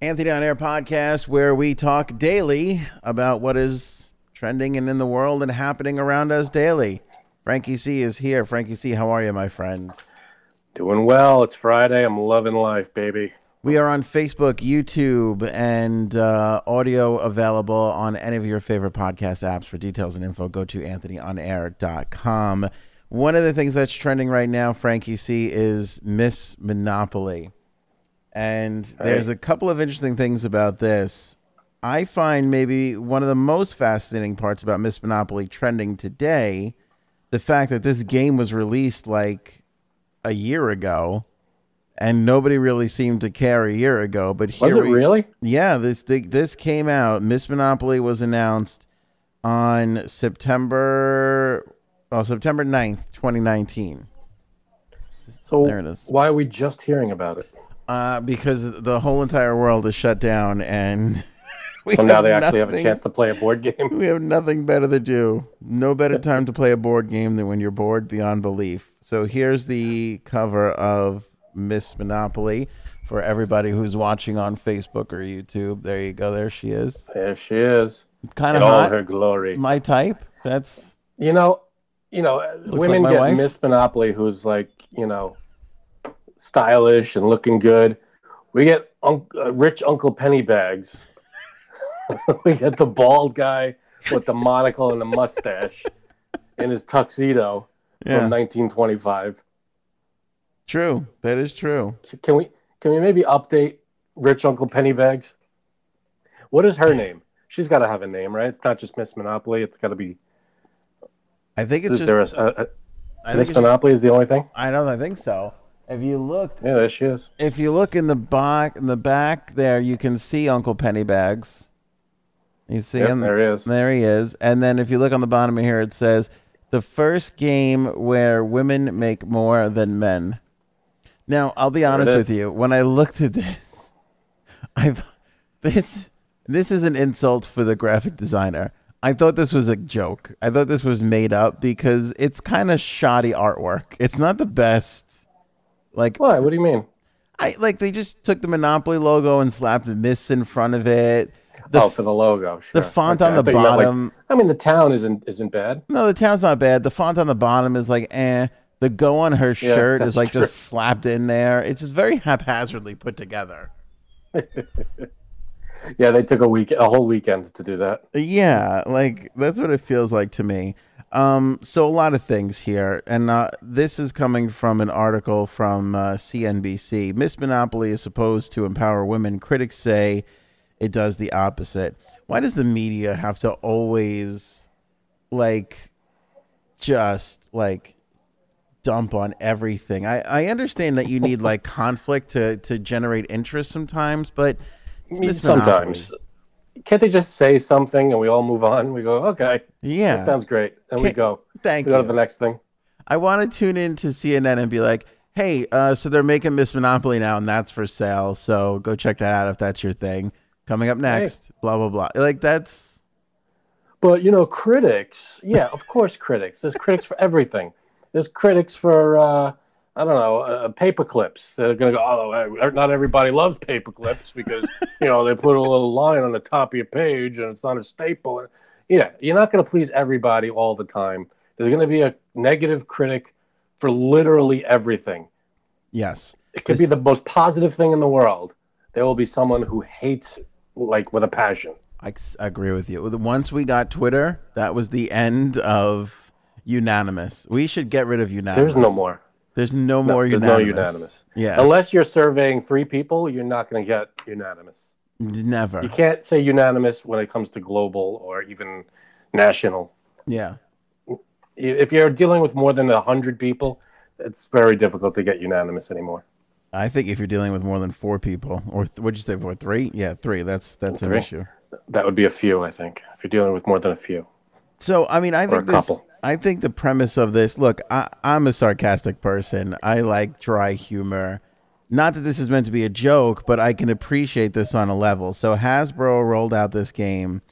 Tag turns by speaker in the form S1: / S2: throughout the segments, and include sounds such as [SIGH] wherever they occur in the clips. S1: Anthony on Air podcast, where we talk daily about what is trending and in the world and happening around us daily. Frankie C is here. Frankie C, how are you, my friend?
S2: Doing well. It's Friday. I'm loving life, baby.
S1: We are on Facebook, YouTube, and uh, audio available on any of your favorite podcast apps. For details and info, go to anthonyonair.com. One of the things that's trending right now, Frankie C, is Miss Monopoly. And there's a couple of interesting things about this. I find maybe one of the most fascinating parts about Miss Monopoly trending today the fact that this game was released like a year ago and nobody really seemed to care a year ago but here
S2: Was it
S1: we,
S2: really?
S1: yeah this thi- this came out miss monopoly was announced on september oh september 9th 2019
S2: So
S1: There it is.
S2: why are we just hearing about it?
S1: uh, because the whole entire world is shut down and [LAUGHS] we
S2: So
S1: [LAUGHS]
S2: now
S1: have
S2: they actually have a
S1: nothing-
S2: chance to play a board game.
S1: we have nothing better to do. No better time to play a board game than when you're bored beyond belief. So here's the cover of Miss Monopoly for everybody who's watching on Facebook or YouTube. There you go. There she is.
S2: [LAUGHS] There she is
S1: Kind
S2: in
S1: of
S2: all
S1: hot.
S2: her glory.
S1: My type. That's
S2: You know, you know, uh,
S1: like
S2: women
S1: my
S2: get
S1: wife.
S2: Miss Monopoly, who's like, you know, stylish and looking good. We get un- uh, rich Uncle Pennybags. [LAUGHS] we get the bald guy with the monocle and the
S1: [LAUGHS]
S2: mustache in his tuxedo
S1: yeah.
S2: from 1925.
S1: true. That is true.
S2: Can we can we maybe update Rich Uncle Pennybags? What is her name? She's got to have a name, right? It's not just Miss Monopoly. It's got to be.
S1: I think it's
S2: Is
S1: just.
S2: there a,
S1: I
S2: a,
S1: think
S2: Miss
S1: it's just,
S2: Monopoly? Is the only thing?
S1: I don't. I think so. If you look,
S2: Yeah, there she is.
S1: if you look in the back, in the back there, you can see Uncle Pennybags. You see
S2: Yep,
S1: him
S2: there he is.
S1: There he is. And then if you look on the bottom of here, it says the first game where women make more than men. Now, I'll be honest
S2: is.
S1: with you. When I looked at this, [LAUGHS] I've this this is an insult for the graphic designer. I thought this was a joke. I thought this was made up because it's kind of shoddy artwork. It's not the best. Like
S2: Why? What do you mean?
S1: I like they just took the Monopoly logo and slapped a miss in front of it. The
S2: oh, for the logo. Sure.
S1: the font on
S2: I
S1: the
S2: thought you meant, like-
S1: bottom-
S2: I mean, the town isn't isn't bad.
S1: No, the town's not bad. The font on the bottom is like eh. The go on her shirt is
S2: that's
S1: like
S2: true.
S1: just slapped in there. It's just very haphazardly put together.
S2: Yeah, they took a week, a whole weekend to do that.
S1: Yeah, like that's what it feels like to me. Um, so a lot of things here, and uh, this is coming from an article from uh, CNBC. Miss Monopoly is supposed to empower women. Critics say it does the opposite. Why does the media have to always like just like dump on everything? I, I understand that you need
S2: [LAUGHS]
S1: like conflict to to generate interest sometimes, but it's Miss Monopoly.
S2: Sometimes. Can't they just say something and we all move on? We go, okay,
S1: yeah,
S2: that sounds great, and we
S1: Can't-
S2: go.
S1: thank
S2: we go
S1: you.
S2: to the next thing.
S1: I want to tune in to CNN and be like, hey, uh, so they're making Miss Monopoly now, and that's for sale. So go check that out if that's your thing. Coming up next, blah blah blah. Like that's
S2: But you know, critics. Yeah, of course, critics. There's critics for everything. There's critics for uh, I don't know, uh, paper clips. They're gonna go. Oh, uh, not everybody loves paper clips because you know they put a little line on the top of your page and it's not a staple. Yeah, you're not gonna please everybody all the time. There's gonna be a negative critic for literally everything.
S1: yes,
S2: It could be the most positive thing in the world. There will be someone who hates like with a passion.
S1: I s- agree with you. Once we got Twitter, that was the end of unanimous. We should get rid of unanimous.
S2: There's no more.
S1: There's no more
S2: there's no
S1: unanimous.
S2: unanimous.
S1: Yeah,
S2: Unless you're surveying three people, you're not going to get unanimous.
S1: never.
S2: You can't say unanimous when it comes to global or even national.
S1: Yeah.
S2: If you're dealing with more than 100 people, it's very difficult to get unanimous anymore.
S1: I think if you're dealing with more than four people, or th- what'd you say, four, three? Yeah, three. That's that's an
S2: Three.
S1: issue.
S2: That would be a few, I think, if you're dealing with more than a few. [LAUGHS]
S1: So I mean, I
S2: Or a
S1: think this,
S2: couple.
S1: I think the premise of this. Look, I, I'm a sarcastic person. I like dry humor. Not that this is meant to be a joke, but I can appreciate this on a level. So Hasbro rolled out this game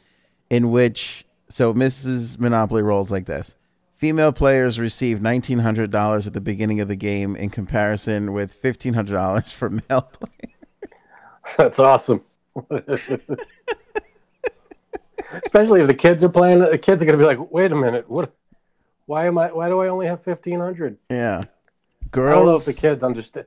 S1: in which so Mrs. Monopoly rolls like this. Female players receive $1900 at the beginning of the game [LAUGHS] in comparison with $1500 for male players.
S2: That's awesome. [LAUGHS] Especially if the kids are playing, it, the kids are going to be like, "Wait a minute, what? Why am I? Why do I only have fifteen hundred?
S1: Yeah.
S2: I don't know
S1: Girls.
S2: if the kids understand.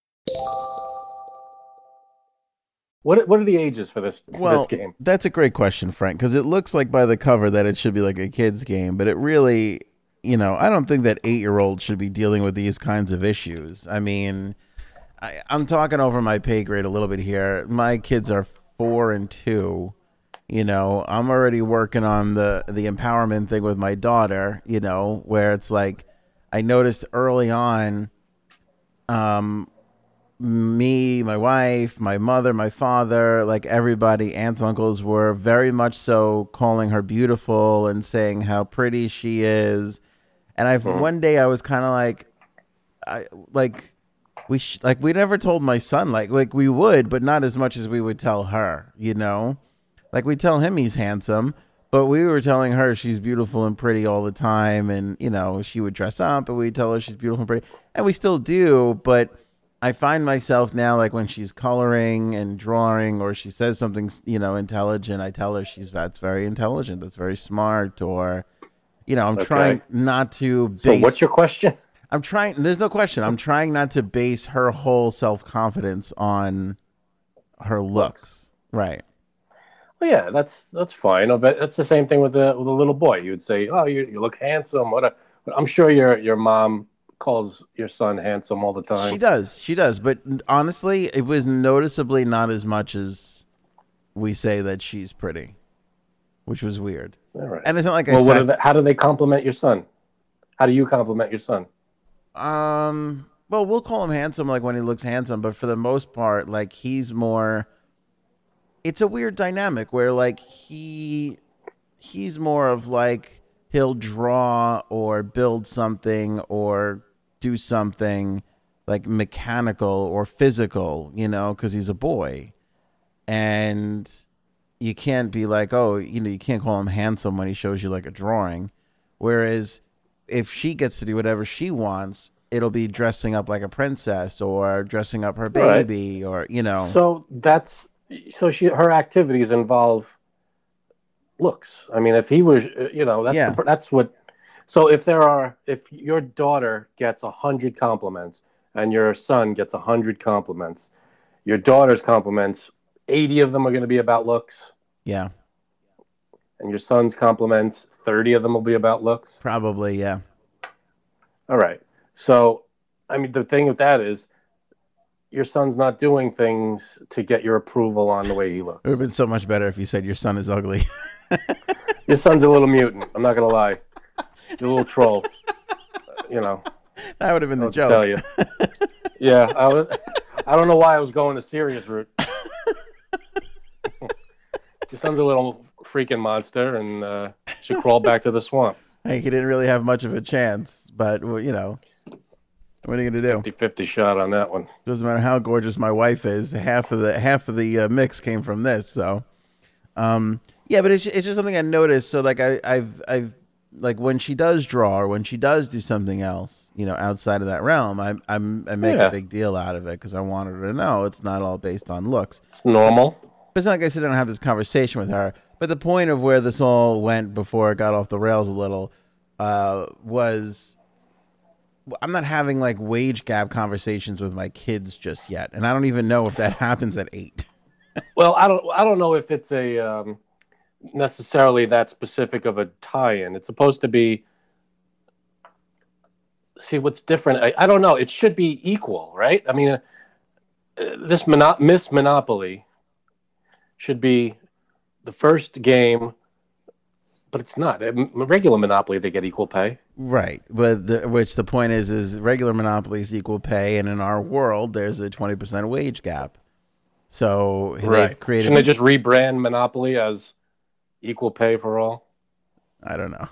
S2: What What are the ages for this for
S1: Well,
S2: this game?
S1: that's a great question, Frank, because it looks like by the cover that it should be like a kids' game, but it really, you know, I don't think that eight-year-olds should be dealing with these kinds of issues. I mean, I, I'm talking over my pay grade a little bit here. My kids are four and two. You know, I'm already working on the the empowerment thing with my daughter. You know, where it's like, I noticed early on me, my wife, my mother, my father, like everybody, aunts, uncles were very much so calling her beautiful and saying how pretty she is. And I have one day I was kind of like, I like we sh- like we never told my son like like we would, but not as much as we would tell her, you know. Like we tell him he's handsome, but we were telling her she's beautiful and pretty all the time, and you know she would dress up, and we tell her she's beautiful and pretty, and we still do. But I find myself now like when she's coloring and drawing, or she says something you know intelligent, I tell her she's that's very intelligent, that's very smart, or you know I'm trying not to. Base
S2: So, what's your question?
S1: I'm trying. There's no question. I'm trying not to base her whole self confidence on her looks. Right.
S2: Well, Oh, yeah, that's that's fine. I bet that's the same thing with the with a little boy. You'd say, "Oh, you, you look handsome." What a, but I'm sure your your mom calls your son handsome all the time.
S1: She does. She does. But honestly, it was noticeably not as much as we say that she's pretty, which was weird.
S2: all right.
S1: And it's not like I
S2: well, what
S1: said.
S2: are the, how do they compliment your son? How do you compliment your son?
S1: Um. Well, we'll call him handsome, like when he looks handsome. But for the most part, like he's more. It's a weird dynamic where like he, he's more of like he'll draw or build something or do something like mechanical or physical, you know, because he's a boy, and you can't be like, oh, you know, you can't call him handsome when he shows you like a drawing. Whereas if she gets to do whatever she wants, it'll be dressing up like a princess or dressing up her
S2: Right.
S1: baby or, you know.
S2: So that's so she her activities involve looks. I mean, if he was, uh, you know, that's
S1: Yeah.
S2: the, that's what. So if there are, if your daughter gets a hundred compliments and your son gets a hundred compliments, your daughter's compliments, eighty of them are going to be about looks,
S1: yeah,
S2: and your son's compliments, thirty of them will be about looks.
S1: probably. Yeah.
S2: All right. So, I mean, the thing with that is, your son's not doing things to get your approval on the way he looks.
S1: It would have been so much better if you said your son is ugly. [LAUGHS]
S2: Your son's a little mutant. I'm not gonna lie. You're a little troll. You know,
S1: that would have been the
S2: I'll
S1: joke.
S2: tell you. Yeah, I was. I don't know why I was going the serious route. Your son's a little freaking monster and uh, should crawl back to the swamp.
S1: Like, he didn't really have much of a chance, but, well, you know, what are you going to do?
S2: 50-50 shot on that one.
S1: Doesn't matter how gorgeous my wife is. Half of the half of the uh, mix came from this. So, um, yeah, but it's it's just something I noticed. So like I I've I've like when she does draw or when she does do something else, you know, outside of that realm, I I'm, I make
S2: Yeah.
S1: a big deal out of it because I want her to know it's not all based on looks.
S2: It's normal.
S1: But it's not like I sit down and have this conversation with her. But the point of where this all went before it got off the rails a little uh, was I'm not having like wage gap conversations with my kids just yet. And I don't even know if that [LAUGHS] happens at eight.
S2: Well, I don't. I don't know if it's a um, necessarily that specific of a tie-in. It's supposed to be. See what's different. I, I don't know. It should be equal, right? I mean, uh, uh, this mono- Miss Monopoly should be the first game, but it's not. A m- regular Monopoly, they get equal pay.
S1: Right, but the, which the point is, is regular monopolies equal pay, and in our world, there's a twenty percent wage gap. So they've created.
S2: Shouldn't they just rebrand Monopoly as equal pay for all?
S1: I don't know.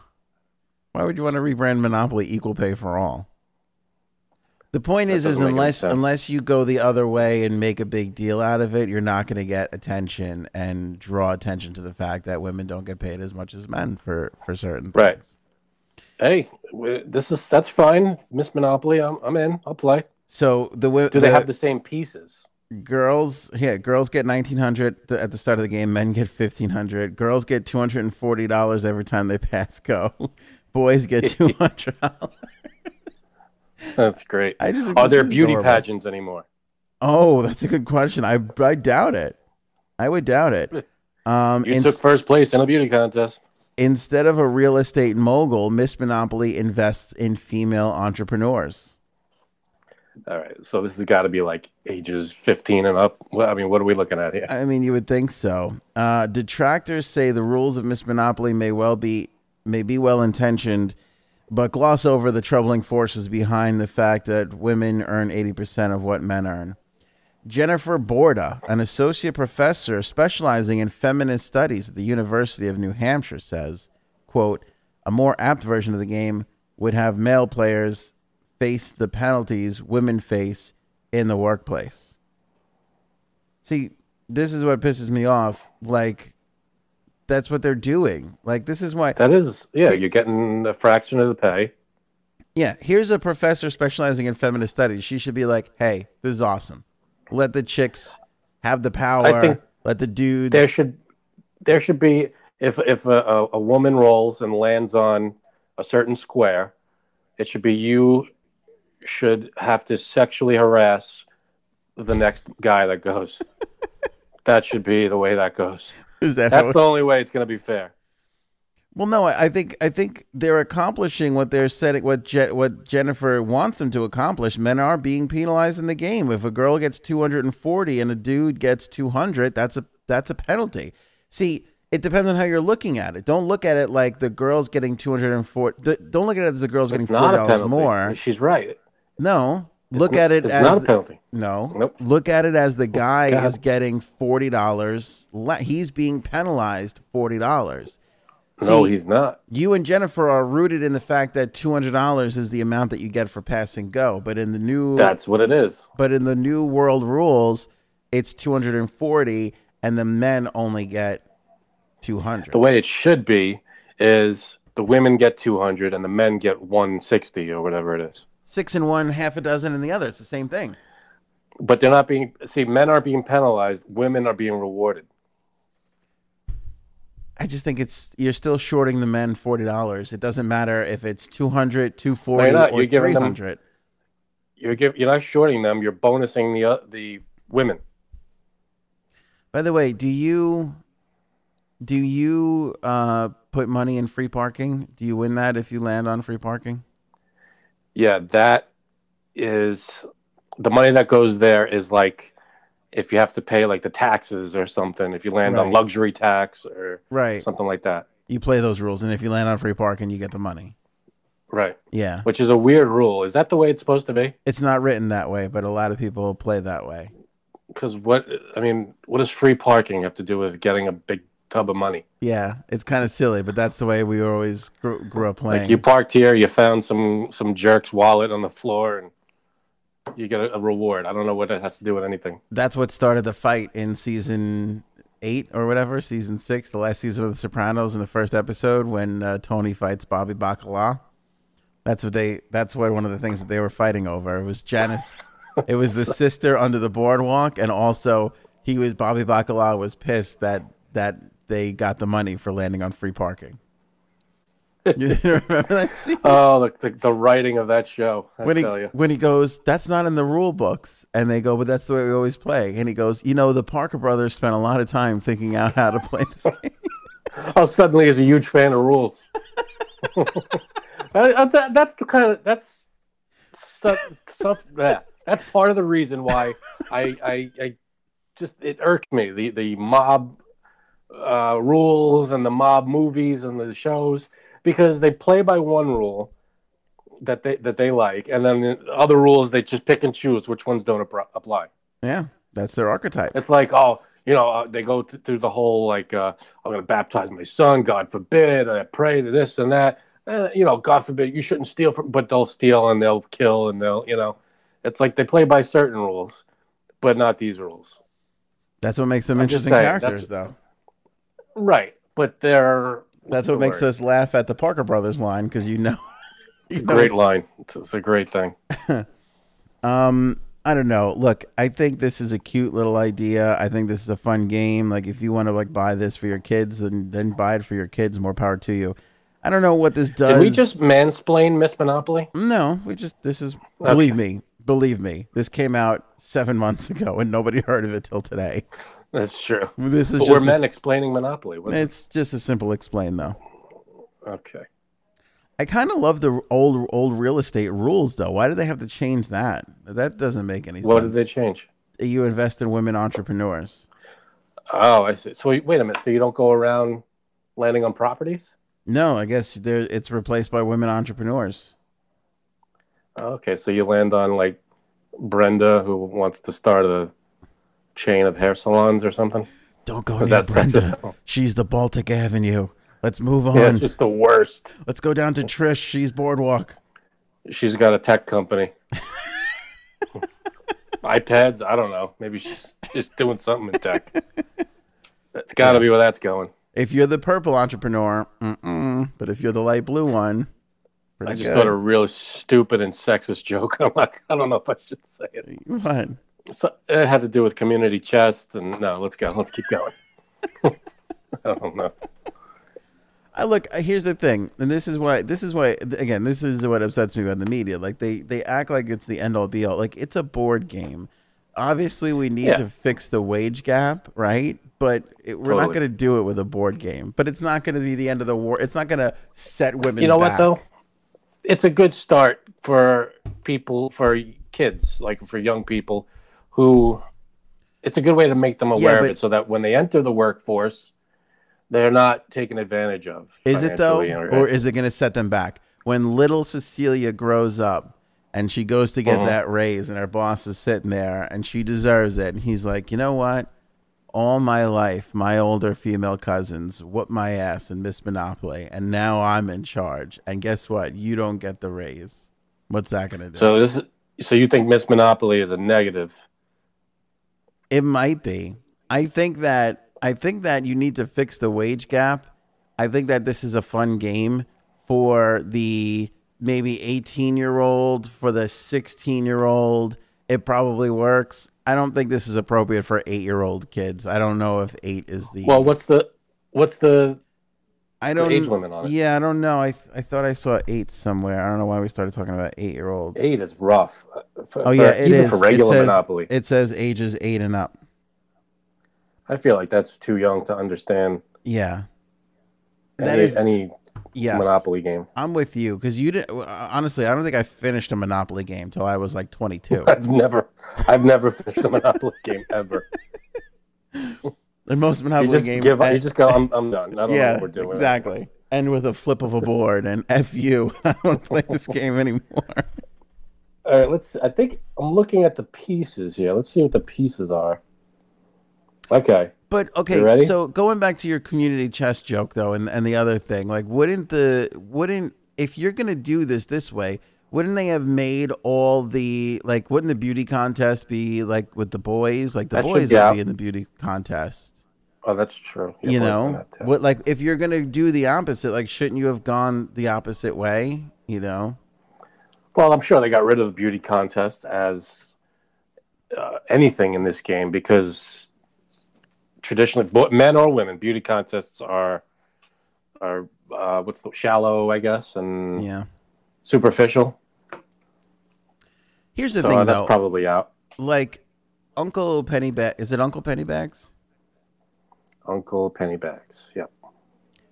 S1: Why would you want to rebrand Monopoly equal pay for all? The point
S2: That
S1: is, is
S2: doesn't make any
S1: unless
S2: sense.
S1: unless you go the other way and make a big deal out of it, you're not going to get attention and draw attention to the fact that women don't get paid as much as men for for certain
S2: Right.
S1: things.
S2: Hey, w- this is that's fine, Miss Monopoly. I'm I'm in. I'll play.
S1: So the wo-
S2: Do they
S1: the
S2: have the same pieces?
S1: girls? Yeah, girls get nineteen hundred th- at the start of the game. Men get fifteen hundred. Girls get two hundred and forty dollars every time they [LAUGHS] pass go. Boys get
S2: [LAUGHS]
S1: two hundred.
S2: That's great.
S1: I just think
S2: Are
S1: this
S2: there
S1: is
S2: beauty
S1: adorable.
S2: pageants anymore?
S1: Oh, that's a good question. I I doubt it. I would doubt it. Um,
S2: You
S1: ins-
S2: took first place in a beauty contest.
S1: instead of a real estate mogul, Miss Monopoly invests in female entrepreneurs.
S2: All right, so this has got to be like ages 15 and up. Well, I mean, what are we looking at here?
S1: I mean, you would think so. Uh, detractors say the rules of Miss Monopoly may well be may be well intentioned, but gloss over the troubling forces behind the fact that women earn eighty percent of what men earn. Jennifer Borda, an associate professor specializing in feminist studies at the University of New Hampshire, says, quote, a more apt version of the game would have male players face the penalties women face in the workplace. See, this is what pisses me off. Like, that's what they're doing. Like, this is why.
S2: That is, yeah, you're getting a fraction of the pay.
S1: Yeah, here's a professor specializing in feminist studies. She should be like, "Hey, this is awesome. Let the chicks have the
S2: I
S1: power.
S2: think
S1: Let the dudes."
S2: There should, there should be if if a, a, a woman rolls and lands on a certain square, it should be you should have to sexually harass the next guy
S1: [LAUGHS]
S2: that goes. that should be the way that goes.
S1: [LAUGHS] Is that how
S2: That's the only way it's going to be fair.
S1: Well, no, I, I think I think they're accomplishing what they're setting, what Je- what Jennifer wants them to accomplish. Men are being penalized in the game. If a girl gets two hundred and forty and a dude gets two hundred, that's a that's a penalty. See, it depends on how you're looking at it. Don't look at it like the girl's getting two hundred and forty. Don't look at it as the girl's
S2: It's
S1: getting
S2: not
S1: forty
S2: a
S1: dollars
S2: penalty.
S1: more.
S2: She's right.
S1: No, look at it
S2: It's
S1: as
S2: not a
S1: the-
S2: penalty.
S1: No.
S2: Nope.
S1: Look at it as the guy
S2: God.
S1: is getting forty dollars. Le- he's being penalized forty dollars.
S2: no,
S1: See-
S2: he's not.
S1: You and Jennifer are rooted in the fact that two hundred dollars is the amount that you get for pass and go. But in the new,
S2: That's what it is.
S1: but in the new world rules, it's two hundred and forty, and the men only get two hundred.
S2: the way it should be is the women get 200 and the men get 160 or whatever it is
S1: Six in one, half a dozen in the other. It's the same thing.
S2: but they're not being see men are being penalized women are being rewarded
S1: I just think it's you're still shorting the men forty dollars. It doesn't matter if it's 200, 240,
S2: No, you're
S1: or
S2: not. You're
S1: three
S2: giving them-
S1: hundred.
S2: you're give, you're not shorting them you're bonusing the uh, the women
S1: By the way, do you do you uh, put money in free parking? Do you win that if you land on free parking?
S2: yeah that is the money that goes there is like if you have to pay like the taxes or something if you land on
S1: Right.
S2: luxury tax or
S1: Right.
S2: something like that
S1: You play those rules, and if you land on free parking, you get the money.
S2: right
S1: Yeah,
S2: which is a weird rule is that the way it's supposed to be
S1: it's not written that way, but a lot of people play that way.
S2: because what i mean what does free parking have to do with getting a big tub of money
S1: Yeah, it's kind of silly, but that's the way we were always grew, grew up playing.
S2: Like you parked here, you found some some jerk's wallet on the floor, and you get a, a reward. I don't know what it has to do with anything.
S1: that's what started the fight in season eight or whatever, season six, the last season of The Sopranos, in the first episode when uh, Tony fights Bobby Bacala. That's what they. That's what one of the things that they were fighting over. It was Janice. It was the sister under the boardwalk, and also he was Bobby Bacala was pissed that that they got the money for landing on free parking. [LAUGHS] You remember that scene?
S2: Oh, the the, the writing of that show. I
S1: when he
S2: tell you,
S1: when he goes, that's not in the rule books, and they go, but that's the way we always play. And he goes, you know, the Parker brothers spent a lot of time thinking out how to play this
S2: [LAUGHS]
S1: game.
S2: oh, suddenly he's a huge fan of rules. I- I- that- that's the kind of that's stuff. stuff yeah, that's part of the reason why I I, I just it irked me the the mob uh, rules and the mob movies and the shows because they play by one rule that they that they like, and then the other rules they just pick and choose which ones don't appro- apply.
S1: Yeah, that's their archetype.
S2: It's like oh, you know, uh, they go th- through the whole like uh, I'm going to baptize my son, God forbid, I pray to this and that. Eh, you know, God forbid you shouldn't steal from, but they'll steal and they'll kill and they'll, you know, it's like they play by certain rules, but not these rules.
S1: That's what makes them
S2: I'm just
S1: interesting
S2: saying,
S1: characters,
S2: that's-
S1: though.
S2: Right, but they're
S1: That's what
S2: the
S1: makes
S2: word?
S1: us laugh at the Parker Brothers line because you know. [LAUGHS]
S2: It's
S1: you
S2: a
S1: know-
S2: great line. It's, it's a great thing.
S1: Um, I don't know. Look, I think this is a cute little idea. I think this is a fun game. Like, if you want to like buy this for your kids, and then buy it for your kids, more power to you. I don't know what this does.
S2: Did we just mansplain Miss Monopoly? [LAUGHS]
S1: No, we just this is believe me, believe me. This came out seven [LAUGHS] months ago and nobody heard of it till today.
S2: That's true.
S1: This is
S2: But
S1: just
S2: we're
S1: a-
S2: men explaining Monopoly. What-
S1: it's just a simple explain though.
S2: Okay.
S1: I kind of love the old old real estate rules though. Why do they have to change that? That doesn't make any
S2: What did
S1: sense.
S2: they change?
S1: you invest in women entrepreneurs.
S2: Oh, I see. So you- wait a minute. So you don't go around landing on properties?
S1: No, I guess there it's replaced by women entrepreneurs.
S2: Oh, Okay, so you land on like Brenda who wants to start a chain of hair salons or something.
S1: Don't go
S2: Was
S1: near
S2: that sexist?
S1: Brenda. She's the Baltic Avenue. Let's move on.
S2: Yeah, it's just the worst.
S1: Let's go down to Trish. She's boardwalk.
S2: She's got a tech company. iPads, I don't know. Maybe she's just doing something in tech. That's got to be where that's going.
S1: If you're the purple entrepreneur, mm-mm. but if you're the light blue one,
S2: I
S1: pretty
S2: just
S1: good.
S2: thought a really stupid and sexist joke. [LAUGHS] I'm like, I don't know if I should say it.
S1: [LAUGHS] what?
S2: So it had to do with community chest, and no, let's go. Let's keep going. [LAUGHS] I don't know.
S1: I look. uh, Here's the thing, and this is why. This is why. th- Again, this is what upsets me about the media. Like they they act like it's the end all be all. Like it's a board game. Obviously, we need
S2: Yeah.
S1: to fix the wage gap, right? But it, we're not
S2: Totally.
S1: going to do it with a board game. But it's not going to be the end of the war. It's not going to set women.
S2: You know
S1: back.
S2: what though? It's a good start for people, for kids, like for young people, who. It's a good way to make them aware
S1: but-
S2: of it, so that when they enter the workforce, they're not taken advantage of.
S1: Is it though,
S2: financially
S1: or is it going to set them back? When little Cecilia grows up and she goes to get that raise, and her boss is sitting there, and she deserves it, and he's like, you know what? All my life, my older female cousins whoop my ass and Miss Monopoly, and now I'm in charge. And guess what? You don't get the raise. What's that going to do?
S2: so this. is- So you think Miss Monopoly is a negative?
S1: It might be. I think that I think that you need to fix the wage gap. I think that this is a fun game for the maybe 18 year old, for the 16 year old. It probably works. I don't think this is appropriate for eight year old kids. I don't know if eight is the
S2: Well, what's the what's the
S1: I don't
S2: age limit on it?
S1: Yeah, I don't know. I I thought I saw eight somewhere. I don't know why we started talking about eight year old.
S2: eight is rough. Uh, For,
S1: Oh
S2: for-
S1: yeah, it is.
S2: even for regular
S1: it says,
S2: Monopoly,
S1: It says ages eight and up.
S2: I feel like that's too young to understand
S1: Yeah. That
S2: any,
S1: is
S2: any
S1: yes.
S2: Monopoly game. [LAUGHS]
S1: I'm with you because you didn't. uh, Honestly, I don't think I finished a Monopoly game till I was like 22,
S2: I've never, I've never finished
S1: [LAUGHS]
S2: a Monopoly game ever.
S1: and most
S2: You
S1: Monopoly
S2: just
S1: games.
S2: give up. You
S1: end-
S2: just go. I'm, I'm done. I don't know
S1: yeah,
S2: what we're doing.
S1: exactly. And with a flip of a board and [LAUGHS] f you, I don't play
S2: [LAUGHS]
S1: this game anymore.
S2: All right, let's. I think I'm looking at the pieces here. Let's see what the pieces are. Okay.
S1: But okay,
S2: ready?
S1: so going back to your community chess joke though, and, and the other thing, like wouldn't the wouldn't if you're gonna do this this way, wouldn't they have made all the like wouldn't the beauty contest be like with the boys? Like the
S2: That should
S1: boys
S2: be
S1: would
S2: out.
S1: be in the beauty contest.
S2: Oh, that's true. You're
S1: you
S2: right
S1: know
S2: about that.
S1: what like if you're gonna do the opposite like shouldn't you have gone the opposite way you know
S2: Well, I'm sure they got rid of the beauty contest as uh, anything in this game because traditionally, bo- men or women, beauty contests are are uh, what's the shallow, I guess, and
S1: yeah
S2: superficial.
S1: here's the
S2: So uh,
S1: thing
S2: that's
S1: though
S2: probably out.
S1: like uncle pennybag is it uncle pennybags
S2: Uncle Pennybags. Yep.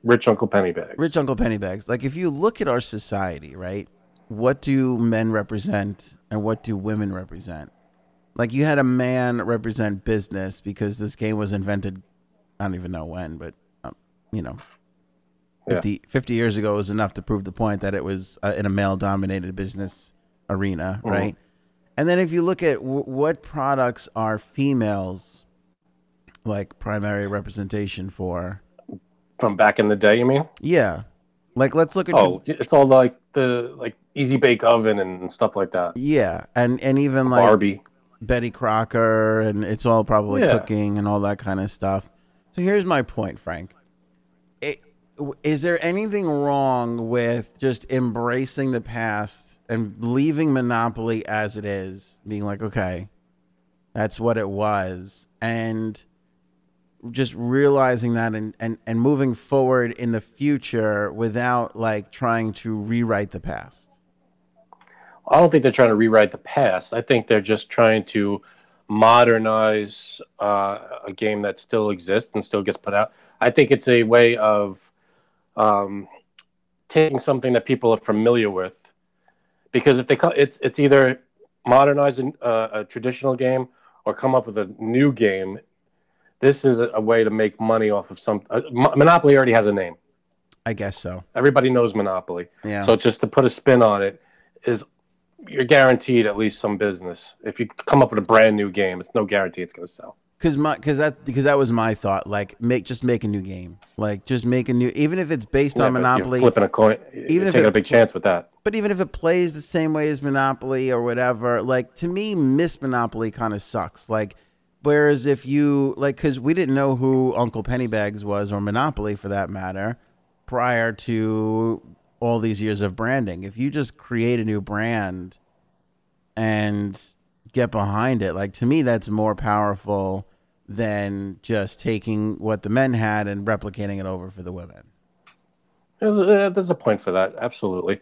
S2: Rich Uncle Pennybags.
S1: rich uncle pennybags like if you look at our society right what do men represent and what do women represent like you had a man represent business because this game was invented i don't even know when but um, you know
S2: Yeah.
S1: 50, 50 years ago was enough to prove the point that it was uh, in a male dominated business arena,
S2: Mhm.
S1: right? And then if you look at w- what products are females like primary representation for,
S2: From back in the day, you mean?
S1: yeah, like let's look at tra-
S2: Oh, it's all like the like easy bake oven and stuff like that.
S1: yeah, and and even like
S2: Barbie.
S1: Betty Crocker, and it's all probably
S2: Yeah.
S1: cooking and all that kind of stuff. So here's my point, Frank. It, w- is there anything wrong with just embracing the past and leaving Monopoly as it is, being like, okay, that's what it was, and just realizing that and, and, and moving forward in the future without like trying to rewrite the past?
S2: I don't think they're trying to rewrite the past. I think they're just trying to modernize uh, a game that still exists and still gets put out. I think it's a way of um, taking something that people are familiar with, because if they co- it's it's either modernize an- uh, a traditional game or come up with a new game. This is a, a way to make money off of some. Uh, Mo- Monopoly already has a name.
S1: I guess so.
S2: Everybody knows Monopoly.
S1: Yeah.
S2: So just to put a spin on it is you're guaranteed at least some business. If you come up with a brand new game, it's no guarantee it's going to sell.
S1: Cause my, cause that, because that was my thought. Like, make just make a new game. Like, just make a new, even if it's based
S2: Yeah,
S1: on
S2: but you're
S1: Monopoly,
S2: flipping a coin, you're
S1: if
S2: taking
S1: it-
S2: a big chance with that.
S1: but even if it plays the same way as Monopoly or whatever, like to me, Miss Monopoly kind of sucks. Like, whereas if you like, because we didn't know who Uncle Pennybags was or Monopoly for that matter prior to all these years of branding. If you just create a new brand and get behind it, like to me, that's more powerful than just taking what the men had and replicating it over for the women.
S2: There's a, there's a point for that, absolutely.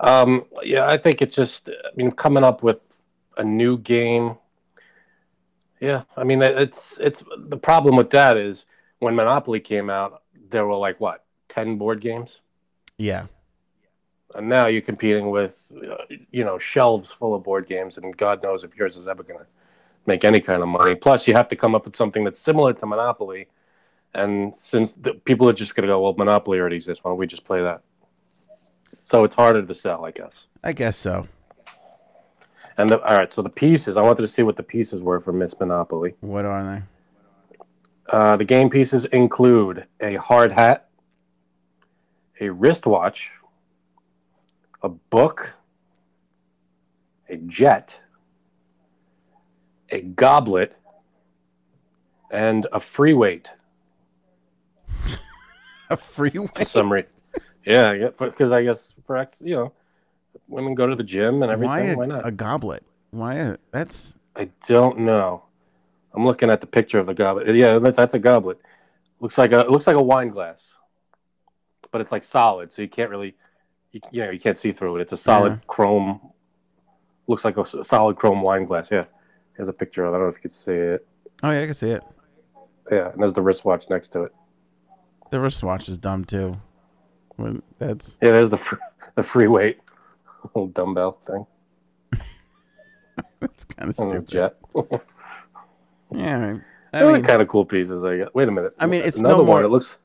S2: Um, yeah, I think it's just, I mean, coming up with a new game. Yeah, I mean, it's it's the problem with that is when Monopoly came out, there were like what ten board games.
S1: Yeah.
S2: and now you're competing with uh, you know shelves full of board games and god knows if yours is ever going to make any kind of money plus you have to come up with something that's similar to monopoly and since the, people are just going to go well monopoly already exists why don't we just play that so it's harder to sell i guess
S1: I guess so.
S2: and the, all right so the pieces i wanted to see what the pieces were for miss monopoly
S1: What are they?
S2: uh, the game pieces include a hard hat a wristwatch a book, a jet, a goblet, and a free weight.
S1: [LAUGHS] A freeway.
S2: For some reason, yeah, because I guess for ex- you know, women go to the gym and everything.
S1: Why,
S2: Why,
S1: a,
S2: not?
S1: a
S2: I
S1: goblet? Why? A, that's
S2: I don't know. I'm looking at the picture of the goblet. Yeah, that- that's a goblet. Looks like a it looks like a wine glass, but it's like solid, so you can't really, you, you know, you can't see through it. It's a solid
S1: Yeah.
S2: chrome. Looks like a, s- solid chrome wine glass. Yeah, there's a picture. of it. I don't know if you can see it.
S1: oh yeah, I can see it.
S2: Yeah, and there's the wristwatch next to it.
S1: The wristwatch is dumb too. When- That's [LAUGHS]
S2: Yeah, there's the fr- [LAUGHS] the free weight, little dumbbell thing,
S1: that's kind of
S2: and the
S1: stupid.
S2: jet. [LAUGHS]
S1: Yeah, all right. I
S2: I
S1: mean,
S2: kind of cool pieces. I guess. Wait a minute.
S1: I mean, it's
S2: another
S1: no
S2: one.
S1: more-
S2: It
S1: [LAUGHS]
S2: looks.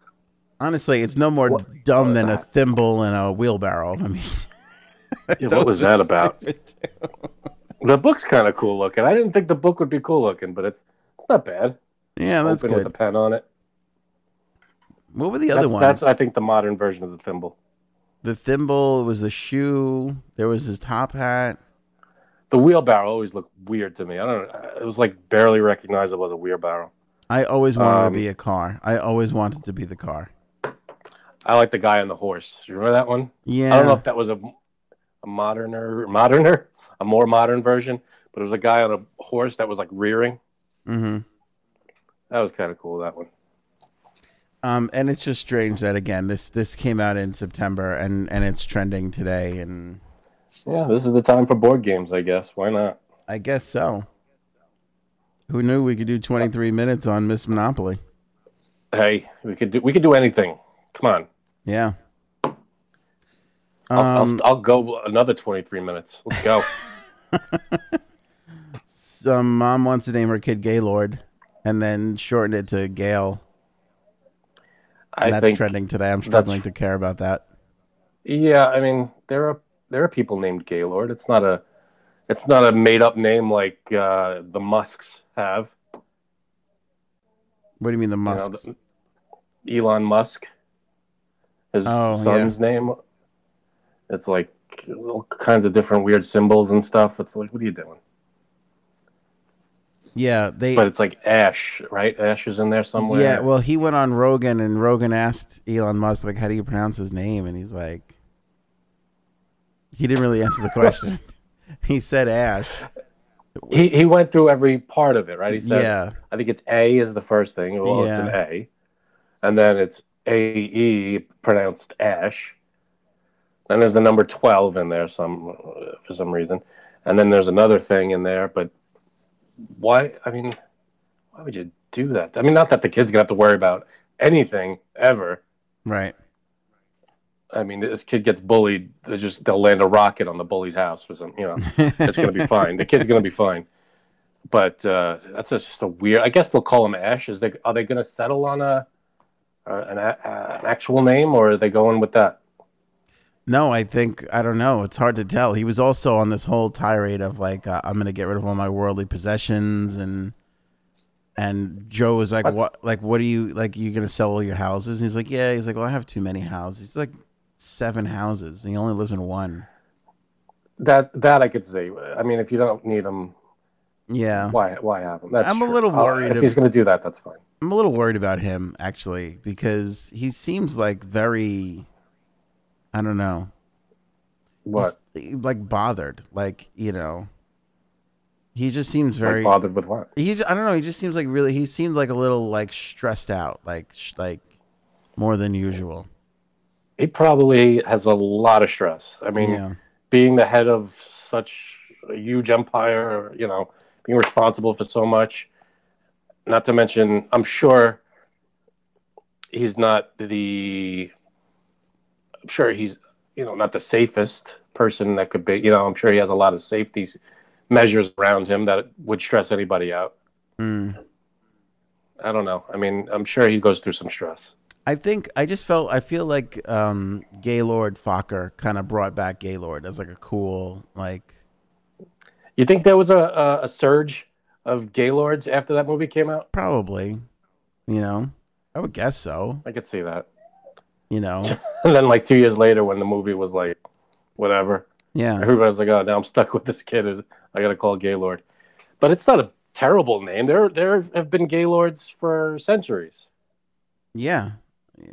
S1: honestly, it's no more
S2: What-
S1: dumb than a thimble and a wheelbarrow. I
S2: [LAUGHS]
S1: mean,
S2: yeah, what was
S1: those
S2: that
S1: are
S2: about?
S1: [LAUGHS] stupid, too.
S2: The book's kind of cool looking. I didn't think the book would be cool looking, but it's it's not bad.
S1: Yeah, Oh, that's
S2: Open
S1: good.
S2: with a pen on it.
S1: what were the other
S2: That's,
S1: ones?
S2: that's I think the modern version of the thimble.
S1: the thimble was the shoe. There was his top hat.
S2: The wheelbarrow always looked weird to me. I don't. know. It was like barely recognizable as a wheelbarrow.
S1: I always wanted
S2: Um,
S1: to be a car. I always wanted to be the car.
S2: I like the guy on the horse. You remember that one?
S1: Yeah,
S2: I don't know if that was a, a moderner, moderner, a more modern version, but it was a guy on a horse that was like rearing.
S1: hmm
S2: That was kind of cool. That one.
S1: Um, and it's just strange that again this this came out in September and and it's trending today and
S2: Yeah, this is the time for board games, I guess. Why not?
S1: I guess so. Who knew we could do 23 minutes on Miss Monopoly?
S2: Hey, we could do we could do anything. Come on,
S1: Yeah.
S2: I'll, I'll-
S1: Um,
S2: I'll, go another twenty three minutes.
S1: [LAUGHS]
S2: Let's go.
S1: some mom wants to name her kid Gaylord and then shorten it to Gail. And
S2: I
S1: that's
S2: think
S1: trending today. I'm struggling to care about that.
S2: yeah, I mean there are there are people named Gaylord. It's not a it's not a made up name like uh, the Musks have.
S1: What do you mean the
S2: You
S1: Musk?
S2: know, the- Elon Musk, his
S1: Oh, yeah.
S2: son's name. It's like all kinds of different weird symbols and stuff. It's like, what are you doing?
S1: yeah, they.
S2: But it's like Ash, right? Ash is in there somewhere.
S1: Yeah, well, he went on Rogan, and Rogan asked Elon Musk, like, "How do you pronounce his name?" And he's like, he didn't really answer
S2: [LAUGHS]
S1: the question. he said Ash.
S2: he he went through every part of it, right? He said,
S1: yeah,
S2: I think it's A is the first thing. Well, it's an
S1: Yeah.
S2: A, and then it's A E pronounced Ash. Then there's the number twelve in there some for some reason, and then there's another thing in there. But why? I mean, why would you do that? I mean, not that the kid's gonna have to worry about anything ever.
S1: right.
S2: I mean, this kid gets bullied. They just they'll land a rocket on the bully's house for some, you know it's going to be fine. The kid's going to be fine. But uh, that's just, just a weird. I guess they'll call him Ash. Is they are they going to settle on a uh, an, a- uh, an actual name, or are they going with that?
S1: [LAUGHS] No, I think I don't know. It's hard to tell. He was also on this whole tirade of like, uh, "I'm going to get rid of all my worldly possessions," and and Joe was like,
S2: That's-
S1: "What? Like, what are you like? You going to sell all your houses?" And he's like, "Yeah." He's like, "Well, I have too many houses." He's like, seven houses, and he only lives in one.
S2: That that I could see. I mean, if you don't need him,
S1: Yeah,
S2: why why have him? That's
S1: I'm a
S2: true.
S1: little
S2: I'll-
S1: worried
S2: if
S1: ab-
S2: he's going to do that, that's fine.
S1: I'm a little worried about him actually because he seems like very, I don't know,
S2: What
S1: he's, like bothered. Like you know, he just seems very
S2: like bothered with what?
S1: he ju- i don't know he just seems like really he seemed like a little like stressed out like sh- like more than usual
S2: He probably has a lot of stress. I mean,
S1: yeah
S2: being the head of such a huge empire, you know, being responsible for so much. Not to mention, I'm sure he's not the. I'm sure he's, you know, not the safest person that could be. You know, I'm sure he has a lot of safety s- measures around him that would stress anybody out.
S1: Mm.
S2: I don't know. I mean, I'm sure he goes through some stress.
S1: i think i just felt i feel like um gaylord fokker kind of brought back gaylord as like a cool like
S2: You think there was a, a, a surge of Gaylords after that movie came out?
S1: probably you know i would guess so
S2: I could see that.
S1: you know
S2: [LAUGHS] And then like two years later, when the movie was like, whatever,
S1: yeah
S2: everybody was like, oh, now I'm stuck with this kid. I gotta call Gaylord. But it's not a terrible name. There, there have been Gaylords for centuries.
S1: yeah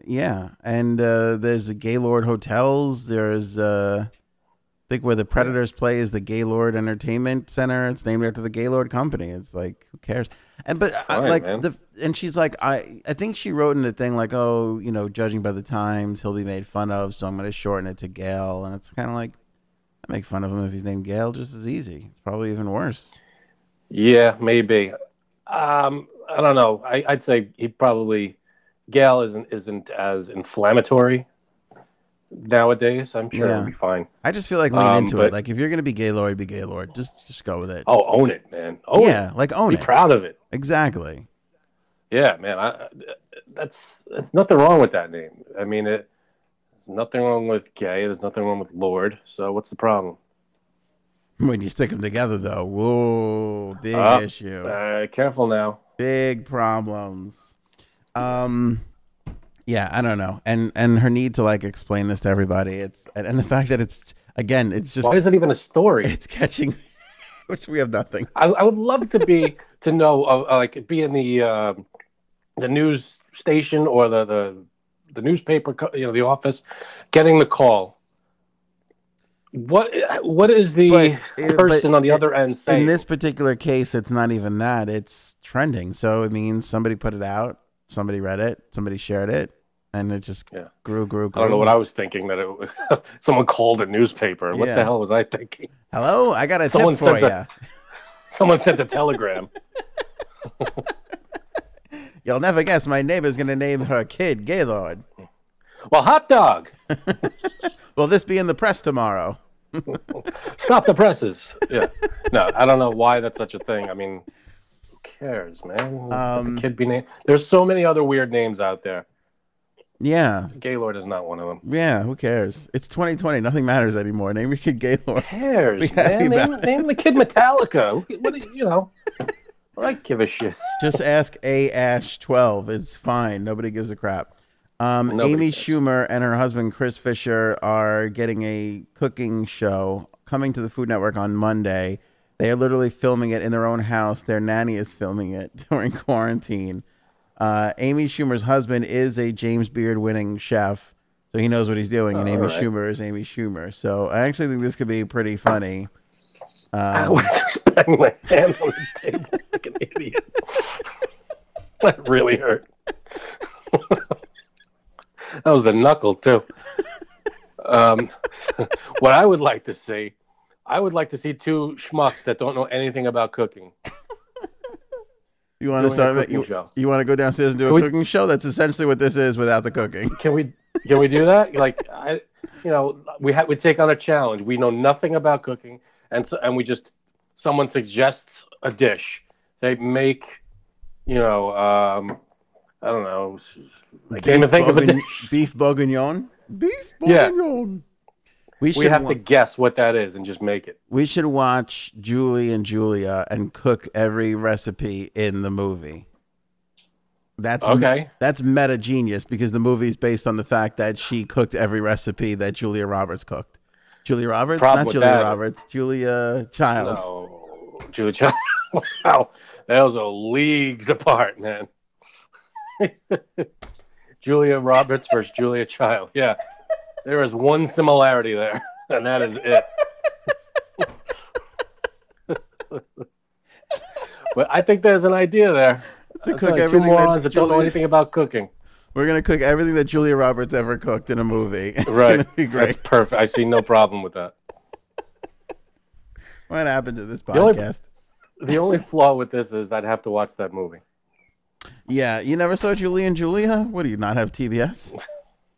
S1: yeah and uh there's the gaylord hotels there's uh I think where the Predators play is the Gaylord Entertainment Center. It's named after the Gaylord Company. It's like who cares? And but I,
S2: fine,
S1: like
S2: man.
S1: the and she's like I I think she wrote in the thing like oh you know judging by the times he'll be made fun of so I'm going to shorten it to Gail and it's kind of like I make fun of him if he's named Gail just as easy. It's probably even worse.
S2: Yeah, maybe. Um, I don't know. I, I'd say he probably Gail isn't isn't as inflammatory nowadays. I'm sure
S1: Yeah.
S2: it'll be fine.
S1: I just feel like lean
S2: Um,
S1: into it.
S2: but-
S1: Like if you're going to be Gaylord, be Gaylord. Just just go with it.
S2: Oh, own it, man. Own
S1: yeah, like
S2: it.
S1: own
S2: Be
S1: it.
S2: proud of it.
S1: Exactly.
S2: Yeah, man, I, I- that's that's nothing wrong with that name. I mean, it, there's nothing wrong with gay. There's nothing wrong with Lord. So what's the problem?
S1: When you stick them together though, whoa, big
S2: Ah.
S1: issue.
S2: Uh, careful now.
S1: big problems um yeah i don't know and and her need to like explain this to everybody it's and, and the fact that it's again it's just
S2: Why is it even a story?
S1: it's catching [LAUGHS] which we have nothing
S2: I, I would love to
S1: [LAUGHS]
S2: be to know, uh, uh, like, be in the uh, the news station or the the the newspaper, co- you know, the office, getting the call. What what is the
S1: But- uh, but
S2: person on the
S1: in-
S2: other end saying?
S1: in this particular case it's not even that it's trending so it means somebody put it out somebody read it somebody shared it and it just
S2: Yeah.
S1: grew grew
S2: I
S1: grew
S2: don't know what I was thinking that it, [LAUGHS] someone called a newspaper. What
S1: Yeah.
S2: the hell was I thinking?
S1: hello i got a
S2: Someone
S1: tip for
S2: sent
S1: you
S2: a- Someone sent a telegram.
S1: you'll never guess my neighbor's gonna name her kid gaylord
S2: Well, hot dog,
S1: will this be in the press tomorrow
S2: stop the presses. Yeah. No, I don't know why that's such a thing. I mean, who cares, man? Let
S1: Um,
S2: the kid be named. There's so many other weird names out there.
S1: Yeah.
S2: Gaylord is not one of them.
S1: Yeah. Who cares? It's 2020. Nothing matters anymore. Name your kid Gaylord. [LAUGHS]
S2: Cares,
S1: happy
S2: man.
S1: about
S2: Name, name the kid Metallica. Who- What do you- you know? I give a shit.
S1: Just ask A Ash 12. It's fine. Nobody gives a crap. Um,
S2: Nobody
S1: Amy
S2: cares.
S1: Schumer and her husband Chris Fisher are getting a cooking show coming to the Food Network on Monday. They are literally filming it in their own house. Their nanny is filming it [LAUGHS] during quarantine. Uh, Amy Schumer's husband is a James Beard winning chef, so he knows what he's doing. And
S2: Oh,
S1: Amy
S2: all right.
S1: Schumer is Amy Schumer. So I actually think this could be pretty funny. Um, Uh,
S2: I was just banging my hand on the table like an idiot. [LAUGHS] that really hurt. [LAUGHS] that was the knuckle too. Um, [LAUGHS] what I would like to see, I would like to see two schmucks that don't know anything about cooking.
S1: You want to
S2: Doing a
S1: start?
S2: cooking
S1: You,
S2: show.
S1: you want to go downstairs and do a
S2: Can we-
S1: cooking show? That's essentially what this is without the cooking.
S2: Can we? Can we do that? Like I, you know, we ha- we take on a challenge. We know nothing about cooking, and so, and we just someone suggests a dish. They make, you know, um, I don't know. s- I can't even think of a
S1: bourguign-
S2: dish.
S1: beef bourguignon. Beef
S2: Yeah.
S1: bourguignon. We should
S2: We have
S1: wa-
S2: to guess what that is and just make it.
S1: we should watch Julie and Julia and cook every recipe in the movie. That's
S2: Okay.
S1: That's meta genius because the movie's based on the fact that she cooked every recipe that Julia Roberts cooked. Julia Roberts,
S2: Problem
S1: not
S2: with
S1: Julia
S2: that-
S1: Roberts, Julia Childs.
S2: No, Julie Child. [LAUGHS] wow, those are leagues apart, man. [LAUGHS] Julia Roberts versus Julia Child. Yeah, there is one similarity there, [LAUGHS] and that is it. [LAUGHS] but I think there's an idea there.
S1: To
S2: It's
S1: cook
S2: like two
S1: everything that
S2: morons that, don't know
S1: Julia-
S2: anything about cooking.
S1: We're gonna cook everything that Julia Roberts ever cooked in a movie. [LAUGHS] [LAUGHS] It's
S2: Right.
S1: gonna be great.
S2: That's perfect. I see no problem with that.
S1: What happened to this
S2: only-
S1: podcast?
S2: The only flaw with this is I'd have to watch
S1: [LAUGHS]
S2: that movie.
S1: Yeah, you never saw Julie and Julia? What do you not have TBS?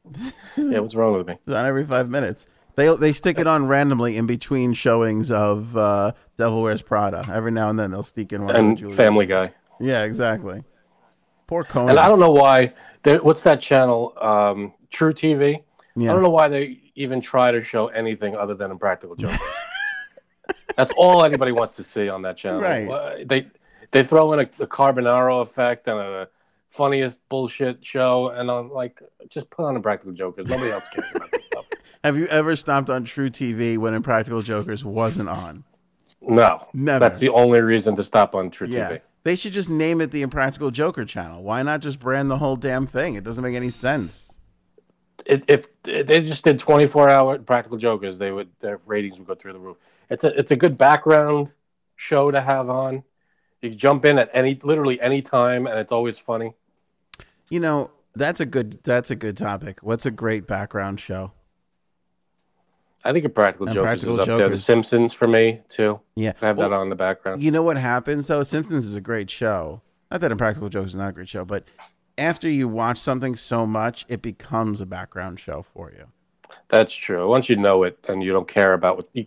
S1: It's
S2: Yeah, what's wrong with me?
S1: on every five minutes. They they stick it on randomly in between showings of uh, Devil Wears Prada. Every now and then they'll sneak in one of
S2: And
S1: Julia.
S2: Family Guy.
S1: Yeah, exactly. Poor Conan.
S2: And I don't know why. there- What's that channel? Um, True TV.
S1: yeah.
S2: I don't know why they even try to show anything other than
S1: [LAUGHS]
S2: Impractical Jokers. That's all anybody wants to see on that channel.
S1: Right.
S2: Uh, They they throw in a, a Carbonaro effect and a funniest bullshit show, and I'm like, just put on Impractical Jokers. Nobody else cares about
S1: [LAUGHS]
S2: this stuff.
S1: Have you ever stopped on True TV when Impractical Jokers wasn't on?
S2: No,
S1: Never.
S2: that's the only reason to stop on True
S1: yeah.
S2: TV.
S1: They should just name it the Impractical Joker channel. Why not just brand the whole damn thing? It doesn't make any sense.
S2: It, if if they just did 24 hour Practical Jokers, they would their ratings would go through the roof. It's a it's a good background show to have on. You can jump in at any literally any time, and it's always funny.
S1: You know, that's a good that's a good topic. What's a great background show?
S2: I think a Practical
S1: And
S2: Jokers
S1: Practical
S2: is up there. The
S1: Jokers.
S2: Simpsons for me too.
S1: Yeah.
S2: I have
S1: Well,
S2: that on in the background.
S1: You know what happens though? Simpsons is a great show. Not that Impractical Jokes is not a great show, but after you watch something so much, it becomes a background show for you.
S2: That's true. Once you know it, and you don't care about what. You,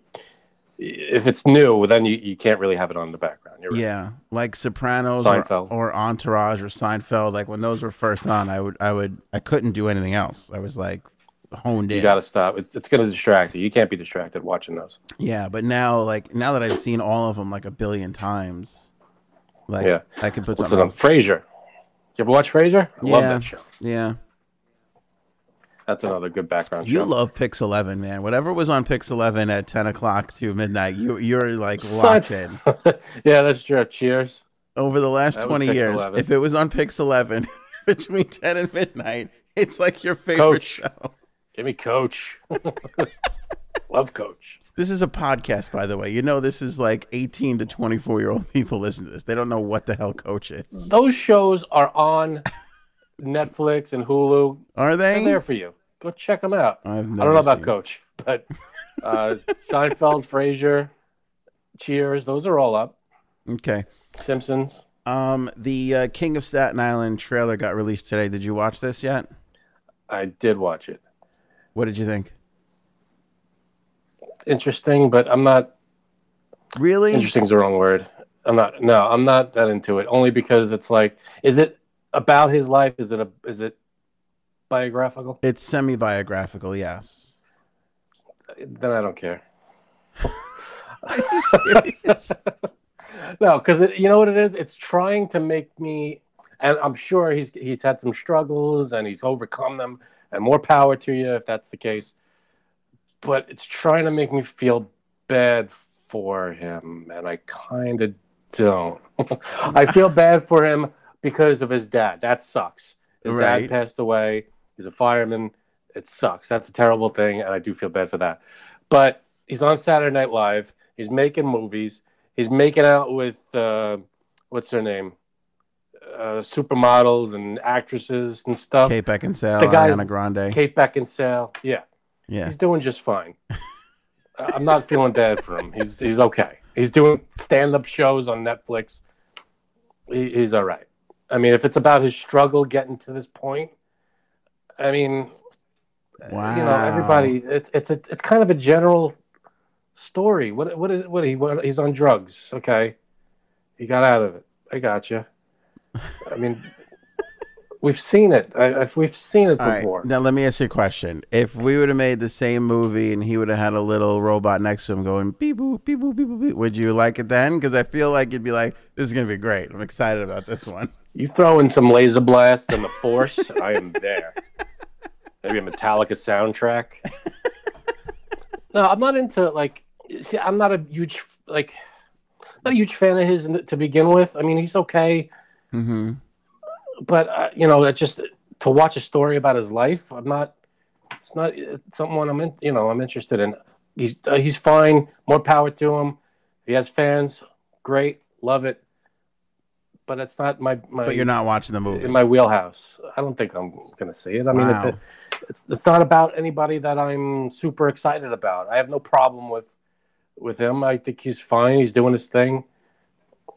S2: if it's new, then you, you can't really have it on in the background. You're right.
S1: Yeah, like Sopranos or,
S2: Seinfeld.
S1: or Entourage or Seinfeld. Like when those were first on, I would I would I couldn't do anything else. I was like honed in.
S2: You got to stop. It's, it's going to distract you. You can't be distracted watching those.
S1: Yeah, but now like now that I've seen all of them like a billion times, like
S2: Yeah.
S1: I can put
S2: What's
S1: something
S2: it on?
S1: else.
S2: Frasier. You ever watch Frasier? I love
S1: Yeah.
S2: that show.
S1: Yeah.
S2: That's another good background
S1: You
S2: show. [LAUGHS]
S1: love Pix Eleven, man. Whatever was on Pix Eleven at ten o'clock to midnight, you you're like
S2: Seinf-
S1: locked in.
S2: [LAUGHS] yeah, that's true. Cheers.
S1: Over the last
S2: That was
S1: twenty
S2: Pix
S1: years,
S2: 11.
S1: if it was on Pix Eleven [LAUGHS] between ten and midnight, it's like your favorite
S2: Coach.
S1: show.
S2: Give me Coach. [LAUGHS] love Coach.
S1: This is a podcast, by the way. You know, this is like eighteen to twenty four year old [LAUGHS] people listen to this. They don't know what the hell Coach is.
S2: Those shows are on Netflix and Hulu.
S1: Are
S2: They're
S1: they?
S2: there for you. Go check them out.
S1: I've
S2: I don't know about
S1: seen-
S2: Coach, but uh, Seinfeld, Frasier, Cheers, those are all up.
S1: Okay.
S2: Simpsons.
S1: Um, the uh, King of Staten Island trailer got released today. Did you watch this yet?
S2: I did watch it.
S1: What did you think?
S2: Interesting, but I'm not
S1: Really?
S2: interesting is the wrong word. I'm not. No, I'm not that into it. Only because it's like, is it about his life? Is it a? Is it biographical?
S1: It's semi biographical,
S2: [LAUGHS]
S1: yes.
S2: Then I don't care.
S1: Are you serious?
S2: No, because you know what it is. It's trying to make me, and I'm sure he's he's had some struggles and he's overcome them. And more power to you if that's the case. But it's trying to make me feel bad for him, and I kind of don't. [LAUGHS] I feel bad for him because of his dad. That sucks. His
S1: Right.
S2: dad passed away. He's a fireman. It sucks. That's a terrible thing, and I do feel bad for that. But he's on Saturday Night Live. He's making movies. He's making out with uh, what's her name, uh, supermodels and actresses and stuff.
S1: Kate Beckinsale,
S2: Um, The guy's-
S1: Ariana Grande.
S2: Kate Beckinsale. Yeah,
S1: yeah.
S2: he's doing just
S1: [LAUGHS]
S2: fine. I- I'm not feeling bad for him. He's he's okay. He's doing stand-up shows on Netflix. He, he's all right. I mean, if it's about his struggle getting to this point, I mean,
S1: Wow.
S2: you know, everybody. It's it's a it's kind of a general story. What what is what he what, he's on drugs? Okay, he got out of it. I got you. I
S1: [LAUGHS]
S2: mean, we've seen it. I, I, we've seen it
S1: All right.
S2: before.
S1: Now let me ask you a question. If we would have made the same movie and he would have had a little robot next to him going beep boop beep boop beep boop, beep, would you like it then? Because I feel like you'd be like, "This is gonna be great. I'm excited about this
S2: [LAUGHS]
S1: one."
S2: You throw in some laser blasts and the force, and I am there. Maybe a Metallica soundtrack. No, I'm not into like. See, I'm not a huge like, not a huge fan of his to begin with. I mean, he's okay,
S1: Mm-hmm.
S2: but uh, you know, that just to watch a story about his life, I'm not. It's not it's someone I'm in. You know, I'm interested in. He's uh, he's fine. More power to him. He has fans. Great, love it. But it's not my my.
S1: But you're not watching the movie.
S2: in my wheelhouse. I don't think I'm going to see it. I mean,
S1: Wow.
S2: if it, it's it's not about anybody that I'm super excited about. I have no problem with with him. I think he's fine. He's doing his thing.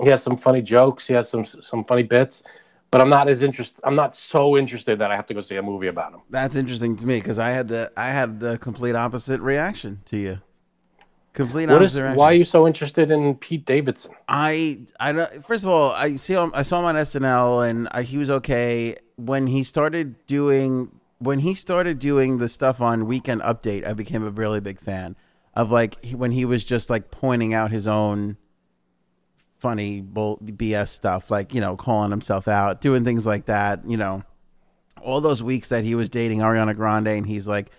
S2: He has some funny jokes. He has some some funny bits. But I'm not as interest. I'm not so interested that I have to go see a movie about him.
S1: That's interesting to me because I had the I had the complete opposite reaction to you. Complete
S2: What is,
S1: opposite. reaction.
S2: why are you so interested in Pete Davidson?
S1: I I don't. First of all, I see him. I saw him on SNL, and I, he was okay when he started doing when he started doing the stuff on Weekend Update. I became a really big fan of like he, when he was just like pointing out his own funny bull, BS stuff, like you know calling himself out, doing things like that. You know, all those weeks that he was dating Ariana Grande, and he's like.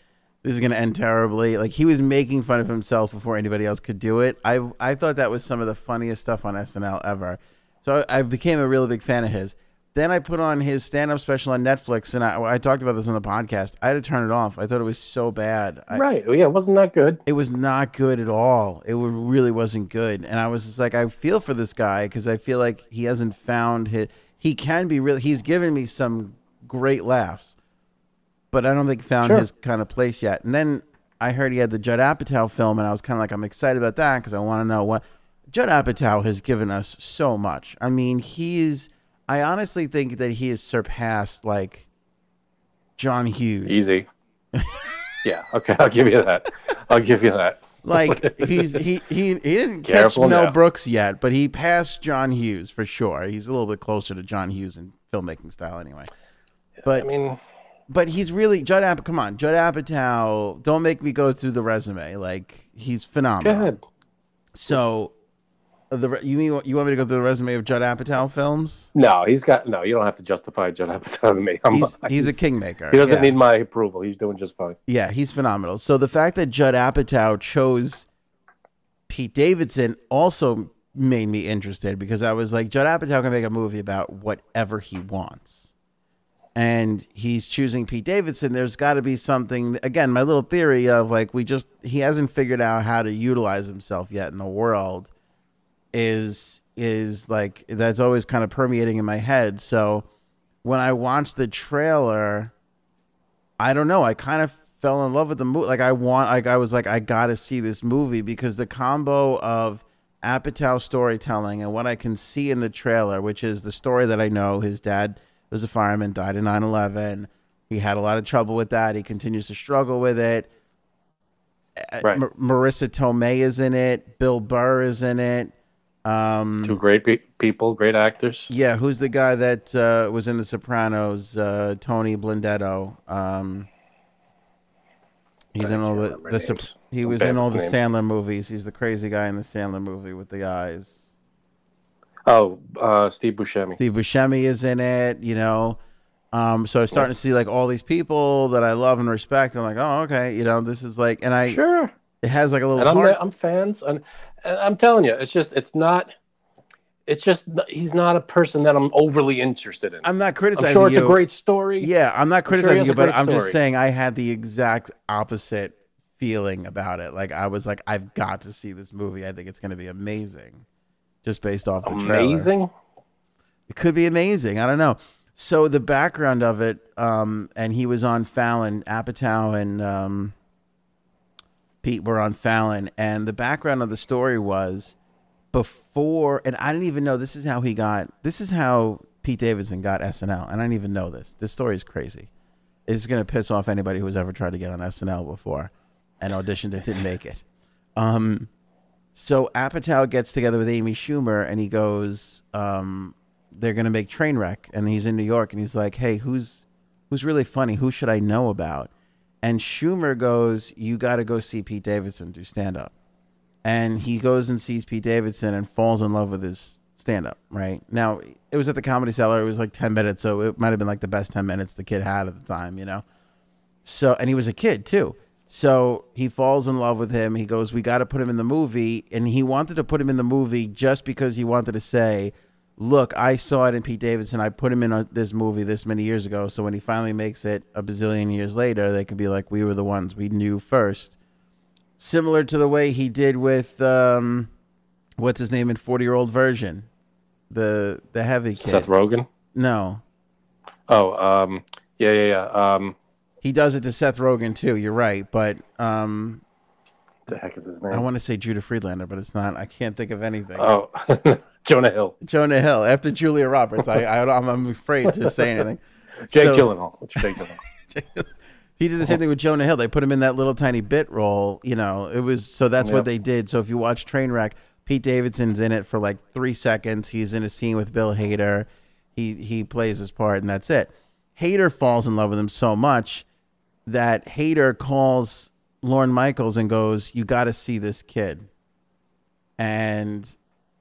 S1: This is gonna end terribly. Like he was making fun of himself before anybody else could do it. I I thought that was some of the funniest stuff on SNL ever. So I, I became a really big fan of his. Then I put on his stand-up special on Netflix, and I, I talked about this on the podcast. I had to turn it off. I thought it was so bad. I,
S2: right. Oh, Yeah, it wasn't that good.
S1: it was not good at all. It wa- really wasn't good. And I was just like, I feel for this guy because I feel like he hasn't found his. He can be real. He's given me some great laughs, but I don't think found
S2: Sure.
S1: his kind of place yet. And then I heard he had the Judd Apatow film, and I was kind of like, I'm excited about that because I want to know what Judd Apatow has given us so much. I mean, he's. I honestly think that he has surpassed like John Hughes. [LAUGHS]
S2: Easy. yeah. Okay. I'll give you that. I'll give you that.
S1: [LAUGHS]
S2: [LAUGHS]
S1: Like he's he he he didn't catch
S2: Careful
S1: Mel
S2: now.
S1: Brooks yet, but he passed John Hughes for sure. He's a little bit closer to John Hughes in filmmaking style, anyway. But
S2: I mean,
S1: but he's really Judd Apatow. Come on, Judd Apatow. Don't make me go through the resume. Like he's
S2: go
S1: phenomenal.
S2: ahead.
S1: So the re- you mean you want me to go through the resume of Judd Apatow films?
S2: No, he's got no. You don't have to justify Judd Apatow to me. I'm,
S1: He's he's a kingmaker.
S2: He doesn't
S1: Yeah.
S2: need my approval. He's doing just fine.
S1: Yeah, he's phenomenal. So the fact that Judd Apatow chose Pete Davidson also made me interested because I was like, Judd Apatow can make a movie about whatever he wants. And he's choosing Pete Davidson. There's got to be something. Again, my little theory of like, we just, he hasn't figured out how to utilize himself yet in the world is, is like, that's always kind of permeating in my head. So when I watched the trailer, I don't know. I kind of fell in love with the movie. Like I want, like I was like, I gotta see this movie because the combo of Apatow storytelling and what I can see in the trailer, which is the story that I know. His dad was a fireman, died in 9-11. He had a lot of trouble with that. He continues to struggle with it.
S2: Right.
S1: Uh, Mar- Marissa Tomei is in it. Bill Burr is in it. Um,
S2: Two great pe- people, great actors.
S1: yeah, who's the guy that uh, was in The Sopranos? Uh, Tony Blindetto. Um, he's in all the,
S2: remember
S1: the Sop-
S2: names.
S1: he
S2: I'm
S1: was
S2: bad
S1: in
S2: with
S1: all the
S2: names.
S1: Sandler movies. He's the crazy guy in the Sandler movie with the eyes.
S2: Oh, uh, Steve Buscemi.
S1: Steve Buscemi is in it, you know. Um, so I'm starting to see like all these people that I love and respect. I'm like, oh, okay, you know, this is like, and I
S2: Sure.
S1: it has like a little
S2: and I'm,
S1: heart.
S2: I'm fans, and, and I'm telling you, it's just it's not, it's just n- he's not a person that I'm overly interested in. I'm,
S1: I'm not criticizing
S2: sure it's
S1: you.
S2: a great story.
S1: yeah, I'm not
S2: sure he
S1: criticizing
S2: has
S1: you,
S2: a
S1: but
S2: great
S1: I'm just
S2: story.
S1: saying I had the exact opposite feeling about it. Like I was like, I've got to see this movie. I think it's going to be amazing, just based off the trailer.
S2: amazing.
S1: It could be amazing. I don't know. So the background of it, um, and he was on Fallon, Apatow, and um, Pete were on Fallon, and the background of the story was before, and I didn't even know this is how he got. This is how Pete Davidson got SNL, and I didn't even know this. This story is crazy. It's gonna piss off anybody who's ever tried to get on SNL before, and auditioned and didn't make it. Um, so Apatow gets together with Amy Schumer, and he goes, um, they're gonna make Trainwreck, and he's in New York, and he's like, hey, who's who's really funny? Who should I know about? And Schumer goes, you got to go see Pete Davidson do stand up and he goes and sees Pete Davidson and falls in love with his stand up, right? Now, it was at the Comedy Cellar. It was like 10 minutes, so it might have been like the best 10 minutes the kid had at the time, you know? So, and he was a kid too. So he falls in love with him. He goes, We got to put him in the movie. And he wanted to put him in the movie just because he wanted to say, Look, I saw it in Pete Davidson. I put him in a, this movie this many years ago. So when he finally makes it a bazillion years later, they can be like, We were the ones we knew first similar to the way he did with um, what's his name in Forty Year Old Version, the the heavy kid.
S2: Seth Rogen.
S1: no,
S2: Oh, um, yeah, yeah, yeah. Um,
S1: he does it to Seth Rogen too. You're right, but um,
S2: the heck is his
S1: I
S2: name?
S1: want to say Judah Friedlander, but it's not. I can't think of anything.
S2: Oh, [LAUGHS] Jonah Hill,
S1: Jonah Hill after Julia Roberts. I, I I'm, I'm afraid to say anything.
S2: Jake
S1: So-
S2: Gyllenhaal. It's Jake Gyllenhaal.
S1: He did the same thing with Jonah Hill. They put him in that little tiny bit role. You know, it was so that's what
S2: Yep.
S1: they did. So if you watch Trainwreck, Pete Davidson's in it for like three seconds. He's in a scene with Bill Hader. He he plays his part, and that's it. Hader falls in love with him so much that Hader calls Lorne Michaels and goes, "You got to see this kid." And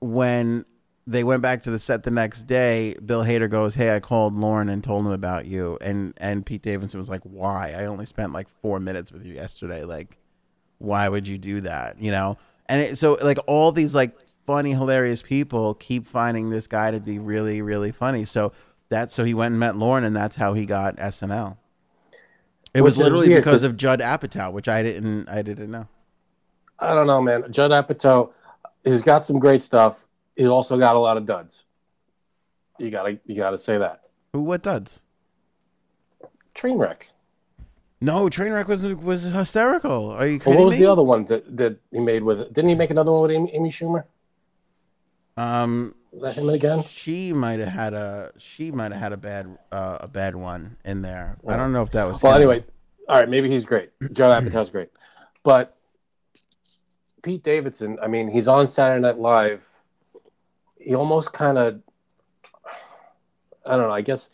S1: when they went back to the set the next day, Bill Hader goes, "Hey, I called Lauren and told him about you." And and Pete Davidson was like, "Why? I only spent like 4 minutes with you yesterday. Like, why would you do that?" You know? And it, so like all these like funny hilarious people keep finding this guy to be really really funny. So that's so he went and met Lauren and that's how he got SNL. It
S2: Which
S1: was
S2: is
S1: literally
S2: weird,
S1: because
S2: 'cause-
S1: of Judd Apatow, which I didn't I didn't know.
S2: I don't know, man. Judd Apatow, he's got some great stuff. He's also got a lot of duds. You gotta, you gotta say that.
S1: Who what duds?
S2: Trainwreck.
S1: No, Trainwreck was was hysterical. Are you
S2: Well,
S1: kidding
S2: what was
S1: me?
S2: the other one that, that he made with? Didn't he make another one with Amy, Amy Schumer?
S1: Um,
S2: Was that him again?
S1: she might have had a she might have had a bad uh, a bad one in there. I don't know if that was.
S2: Well,
S1: him.
S2: anyway, all right, maybe he's great.
S1: [CLEARS THROAT]
S2: Judd Apatow's great, but Pete Davidson. I mean, he's on Saturday Night Live. He almost kind of, I don't know. I guess,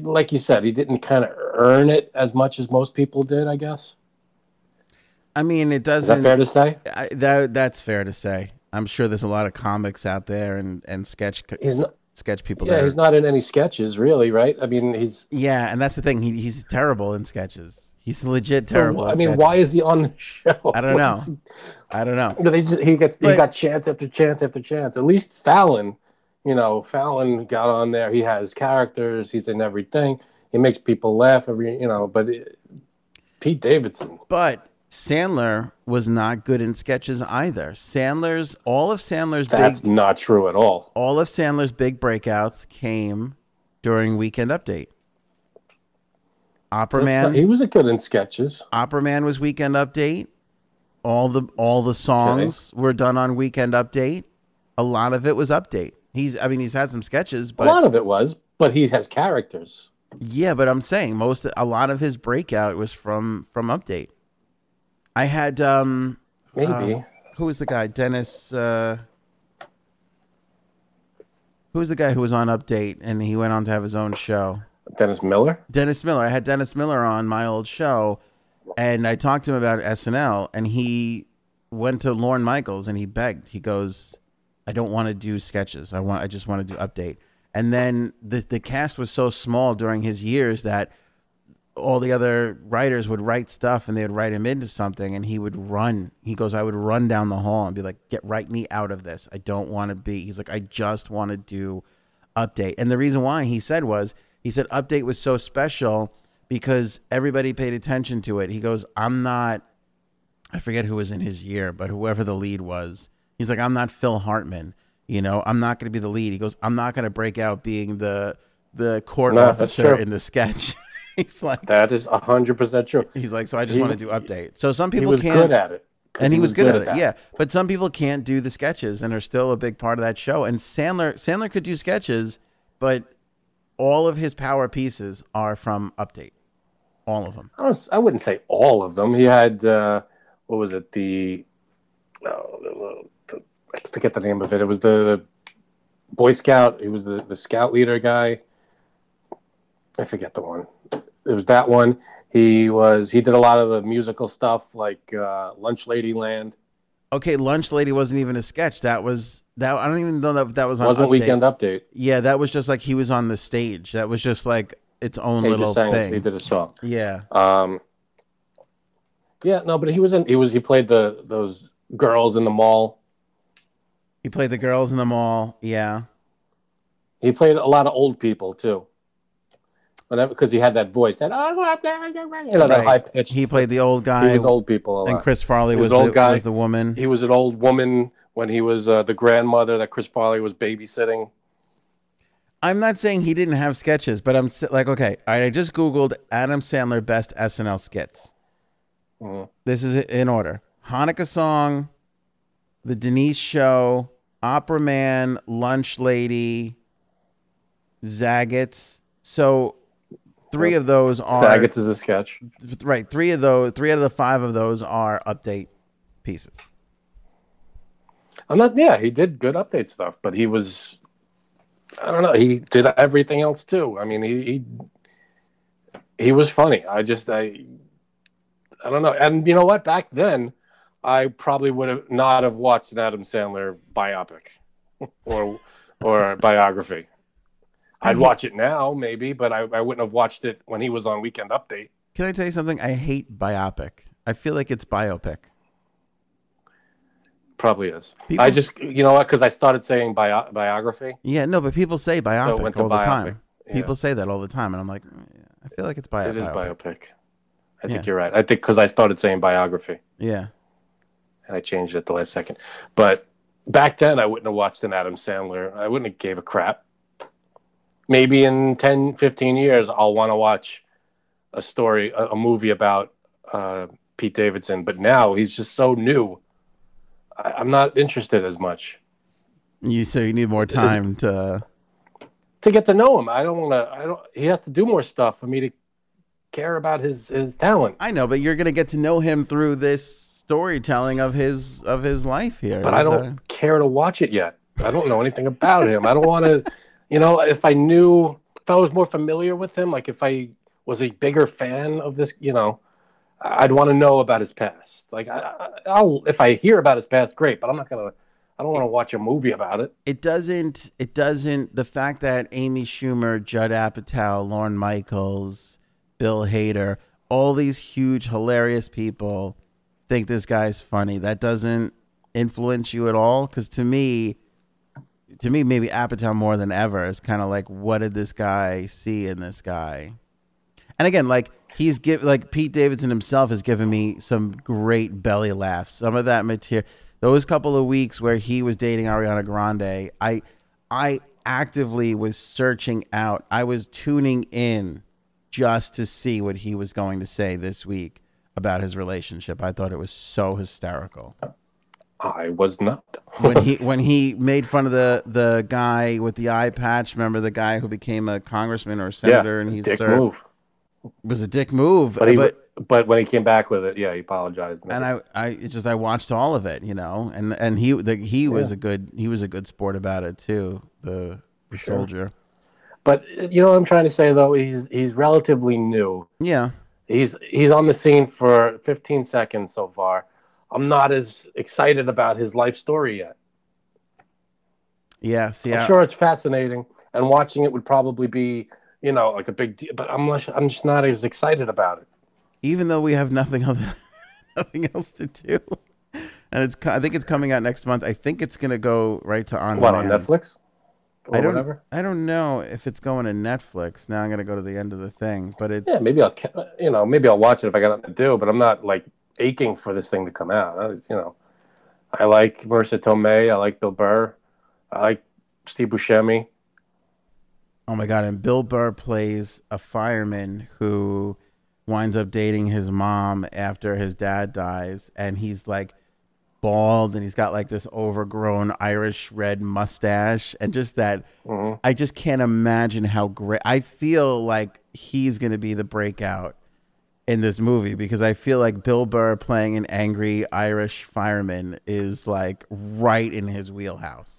S2: like you said, he didn't kind of earn it as much as most people did. I guess
S1: I mean, it
S2: is that
S1: doesn't.
S2: fair to say?
S1: I, that that's fair to say. I'm sure there's a lot of comics out there and and sketch
S2: He's not-
S1: sketch people.
S2: Yeah,
S1: that
S2: he's
S1: are-
S2: not in any sketches really, right? I mean, he's
S1: yeah, and that's the thing. He, he's terrible in sketches. He's legit
S2: so,
S1: terrible.
S2: I
S1: in
S2: mean,
S1: sketches.
S2: why is he on the [LAUGHS] show?
S1: I don't
S2: What is
S1: know. I don't know.
S2: No, they just he gets
S1: But-
S2: he got chance after chance after chance. At least Fallon, you know, Fallon got on there. He has characters. He's in everything. He makes people laugh every you know. But it, Pete Davidson,
S1: But Sandler was not good in sketches either. Sandler's all of Sandler's big
S2: that's not true at all.
S1: all of Sandler's big breakouts came during Weekend Update. Opera
S2: That's not-
S1: Man,
S2: he was a good in sketches.
S1: Opera Man was Weekend Update. All the all the songs were done on Weekend Update. A lot of it was Update. He's I mean he's had some sketches,
S2: a lot
S1: but
S2: of it was, but he has characters.
S1: yeah, but I'm saying most a lot of his breakout was from from Update. I had um
S2: Maybe
S1: who was the guy Dennis uh Who's the guy who was on Update and he went on to have his own show?
S2: Dennis Miller.
S1: Dennis Miller. I had Dennis Miller on my old show, and I talked to him about SNL, and he went to Lorne Michaels and he begged. He goes, "I don't want to do sketches. I want. I just want to do update." And then the the cast was so small during his years that all the other writers would write stuff and they would write him into something and he would run. He goes, I would run down the hall and be like, get write me out of this. I don't want to be. He's like, I just want to do update. And the reason why he said was, he said update was so special because everybody paid attention to it. He goes, I'm not, I forget who was in his year, but whoever the lead was, he's like, I'm not Phil Hartman. You know, I'm not going to be the lead. He goes, I'm not going to break out being the the court
S2: No, that's
S1: officer
S2: true.
S1: in the sketch. [LAUGHS] he's like,
S2: That is hundred percent true.
S1: He's like, so I just
S2: He
S1: want to
S2: was-
S1: do update. So some
S2: He
S1: people
S2: was
S1: can't,
S2: good at it. 'Cause
S1: and he, was, good, at, it.
S2: that.
S1: Yeah, but some people can't do the sketches and are still a big part of that show. And Sandler, Sandler could do sketches, but all of his power pieces are from update, all of them.
S2: I, was, I wouldn't say all of them. He had uh, what was it? The, oh, the, the I forget the name of it. It was the Boy Scout. He was the the Scout leader guy. I forget the one. It was that one. He was he did a lot of the musical stuff like uh, Lunch Lady Land.
S1: Okay, Lunch Lady wasn't even a sketch. That was that. I don't even know that that was on
S2: Wasn't
S1: update.
S2: Weekend Update.
S1: Yeah, that was just like he was on the stage. That was just like its own
S2: He
S1: little
S2: just sang. He
S1: thing.
S2: did a song.
S1: Yeah,
S2: Um, yeah, no, but he was in. He was he played the those girls in the mall.
S1: he played the girls in the mall. Yeah.
S2: He played a lot of old people too. Whatever, because he had that voice, that oh, go up there, you know, that
S1: Right.
S2: high pitched.
S1: He played the old guy,
S2: he was old people a
S1: and
S2: lot.
S1: Chris Farley
S2: He was
S1: was,
S2: the old
S1: the,
S2: guy.
S1: was the woman.
S2: he was an old woman when he was uh, the grandmother that Chris Farley was babysitting.
S1: I'm not saying he didn't have sketches, but I'm s- like, okay, all right. I just googled Adam Sandler best SNL skits.
S2: Mhm.
S1: This is in order: Hanukkah song, The Denise Show, Opera Man, Lunch Lady, Zagat's. So, three of those are
S2: Saget's is a sketch.
S1: right. Three of those, three out of the five of those are update pieces.
S2: I'm not. Yeah, he did good update stuff, but he was. I don't know. He did everything else too. I mean, he he, he was funny. I just I I don't know. And you know what? Back then, I probably would have not have watched an Adam Sandler biopic [LAUGHS] or or biography. I'd watch it now, maybe, but I, I wouldn't have watched it when he was on Weekend Update.
S1: Can I tell you something? I hate biopic. I feel like it's biopic.
S2: Probably is.
S1: People-
S2: I just, you know what? Because I started saying bio- biography.
S1: Yeah, no, but people say biopic
S2: went to
S1: all the time.
S2: biopic. Yeah.
S1: People say that all the time, and I'm like, "Mm, yeah, I feel like it's bio-
S2: It is
S1: biopic.
S2: biopic. I
S1: Yeah.
S2: think you're right. I think because I started saying biography
S1: Yeah,
S2: and I changed it at the last second. But back then, I wouldn't have watched an Adam Sandler. I wouldn't have gave a crap. Maybe in 10, 15 years, I'll want to watch a story, a, a movie about uh, Pete Davidson. But now he's just so new. I, I'm not interested as much
S1: you so you need more time to.
S2: to get to know him. I don't want to. I don't. He has to do more stuff for me to care about his his talent.
S1: I know, but you're gonna get to know him through this storytelling of his of his life here.
S2: but I
S1: So-
S2: don't care to watch it yet. I don't know anything about him. I don't want to, you know, if I knew, if I was more familiar with him, like if I was a bigger fan of this, you know, I'd want to know about his past. Like, I, I- I'll, if I hear about his past, great, but I'm not going to, I don't want to watch a movie about it.
S1: it doesn't it doesn't the fact that Amy Schumer, Judd Apatow, Lauren Michaels, Bill Hader, all these huge hilarious people think this guy's funny. That doesn't influence you at all cuz to me to me maybe Apatow more than ever is kind of like what did this guy see in this guy? And again, like he's give like Pete Davidson himself has given me some great belly laughs. Some of that material, those couple of weeks where he was dating Ariana Grande, I, I actively was searching out. I was tuning in just to see what he was going to say this week about his relationship. I thought it was so hysterical
S2: I was not.
S1: when he when he made fun of the the guy with the eye patch. Remember the guy who became a congressman or a
S2: yeah,
S1: senator, and he
S2: dick
S1: served,
S2: move.
S1: was a dick move,
S2: But, he,
S1: but
S2: but, when he came back with it, yeah, he apologized.
S1: and I, I it's just I watched all of it, you know, and and he the, he was a good he was a good sport about it too. The the soldier.
S2: But uh, you know what I'm trying to say though. He's he's relatively new.
S1: Yeah.
S2: He's he's on the scene for 15 seconds so far. I'm not as excited about his life story yet.
S1: Yes. Yeah.
S2: I'm sure it's fascinating, and watching it would probably be you know like a big deal. But I'm not- I'm just not as excited about it.
S1: Even though we have nothing [LAUGHS] other, nothing else to do, and it's co- I think it's coming out next month. I think it's gonna go right to on
S2: What on
S1: demand.
S2: Netflix? Or
S1: I don't.
S2: whatever.
S1: I don't know if it's going to Netflix. Now I'm gonna go to the end of the thing, but it's
S2: Yeah, maybe I'll ca- you know maybe I'll watch it if I got nothing to do. But I'm not like aching for this thing to come out. I, you know, I like Marissa Tomei. I like Bill Burr. I like Steve Buscemi.
S1: Oh my god! And Bill Burr plays a fireman who winds up dating his mom after his dad dies, and he's like bald, and he's got like this overgrown Irish red mustache, and just that. I just can't imagine how great. I feel like he's gonna be the breakout in this movie because I feel like Bill Burr playing an angry Irish fireman is like right in his wheelhouse.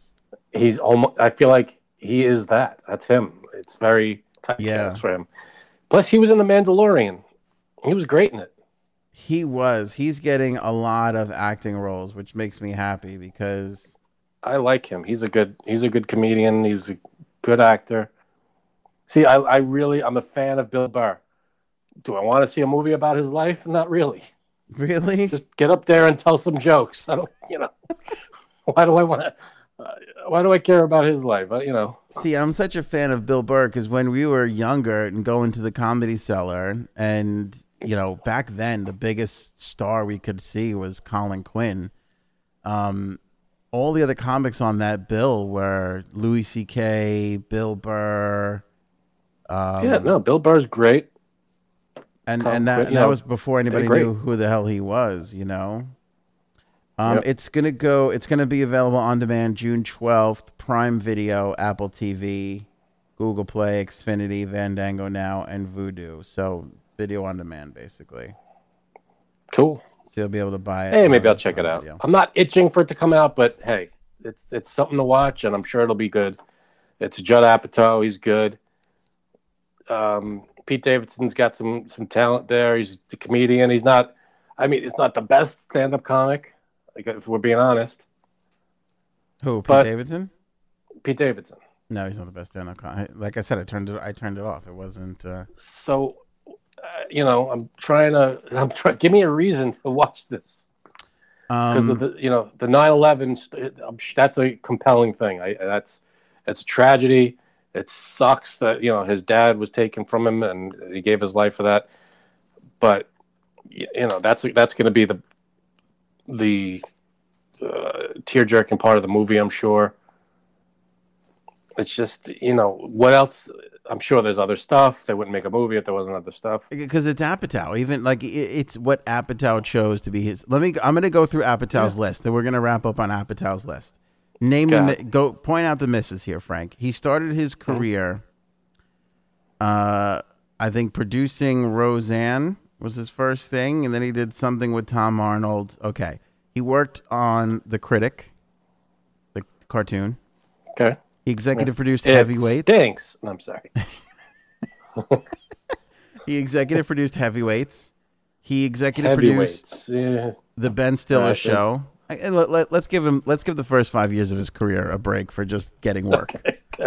S2: He's almost. I feel like he is that. That's him. It's very typecast
S1: Yeah.
S2: for him. Plus, he was in The Mandalorian. He was great in it.
S1: He was. He's getting a lot of acting roles, which makes me happy because [LAUGHS]
S2: I like him. He's a good. He's a good comedian. He's a good actor. See, I, I really, I'm a fan of Bill Burr. Do I want to see a movie about his life? Not really.
S1: really,
S2: just get up there and tell some jokes. I don't, you know, [LAUGHS] why do I want to? Uh, why do I care about his life? I, you know,
S1: see, I'm such a fan of Bill Burr because when we were younger and going to the comedy cellar, and you know, back then the biggest star we could see was Colin Quinn. Um, all the other comics on that bill were Louis C.K., Bill Burr, um,
S2: yeah, no. Bill Burr's great.
S1: and
S2: Tom
S1: and that,
S2: Cruise,
S1: and that
S2: yeah.
S1: was before anybody
S2: agree.
S1: knew who the hell he was, you know. Um,
S2: Yep.
S1: It's gonna go. It's gonna be available on demand June twelfth. Prime Video, Apple TV, Google Play, Xfinity, Vandango Now, and Vudu. So video on demand, basically.
S2: Cool.
S1: So you'll be able to buy it.
S2: Hey,
S1: on
S2: maybe I'll check it
S1: Prime
S2: out.
S1: Video.
S2: I'm not itching for it to come out, but hey, it's it's something to watch, and I'm sure it'll be good. It's Judd Apatow. He's good. Um, Pete Davidson's got some some talent there. He's a comedian. He's not. I mean, it's not the best stand-up comic, like, if we're being honest.
S1: Who? Pete
S2: but-
S1: Davidson?
S2: Pete Davidson.
S1: No, he's not the best stand-up. comic. Like I said, I turned it. I turned it off. It wasn't. Uh,
S2: so uh, you know i'm trying to [LAUGHS] i'm trying give me a reason to watch this because
S1: um,
S2: of the you know the 9-11 st- it- I'm sh- that's a compelling thing I, that's it's a tragedy it sucks that you know his dad was taken from him and he gave his life for that but y- you know that's that's going to be the the uh, tear jerking part of the movie i'm sure it's just you know what else i'm sure there's other stuff they wouldn't make a movie if there wasn't other stuff
S1: because it's Apatow. Even like it, it's what Apatow chose to be his. Let me. I'm going to go through Apatow's list, and we're going to wrap up on Apatow's list. Name the
S2: Got
S1: mi- go. Point out the misses here, Frank. He started his career. Uh, I think producing Roseanne was his first thing, and then he did something with Tom Arnold. Okay, he worked on The Critic, the cartoon.
S2: okay
S1: He
S2: Oh.
S1: executive produced
S2: it
S1: Heavyweight.
S2: stinks No, i'm sorry [LAUGHS]
S1: He executive produced Heavyweights. He executive produced
S2: heavyweights yeah.
S1: the Ben Stiller
S2: Right,
S1: show. I, I- let, let, us give him. Let's give the first five years of his career a break for just getting work.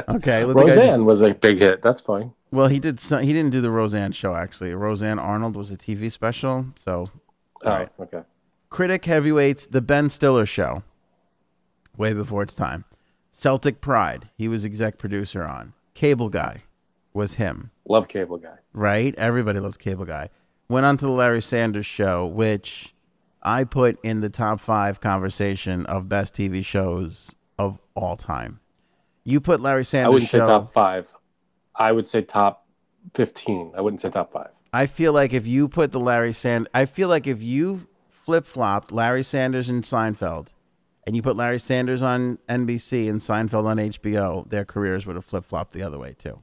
S1: Okay. let the guy just-
S2: Roseanne was a big hit. That's fine.
S1: well, he did. Some, he didn't do the Roseanne show actually. Roseanne Arnold was a TV special. So,
S2: Oh,
S1: Alright.
S2: okay.
S1: critic heavyweights, the Ben Stiller show, way before its time. Celtic Pride. He was exec producer on. Cable Guy, was him.
S2: Love Cable Guy.
S1: right? Everybody loves Cable Guy. Went on to the Larry Sanders Show, which I put in the top five conversation of best TV shows of all time. You put Larry
S2: I
S1: Sanders
S2: wouldn't
S1: Show.
S2: say top five. I would say top fifteen. I wouldn't say top five.
S1: I feel like if you put the Larry Sand, I feel like if you flip flopped Larry Sanders and Seinfeld, and you put Larry Sanders on NBC and Seinfeld on HBO, their careers would have flip flopped the other way too.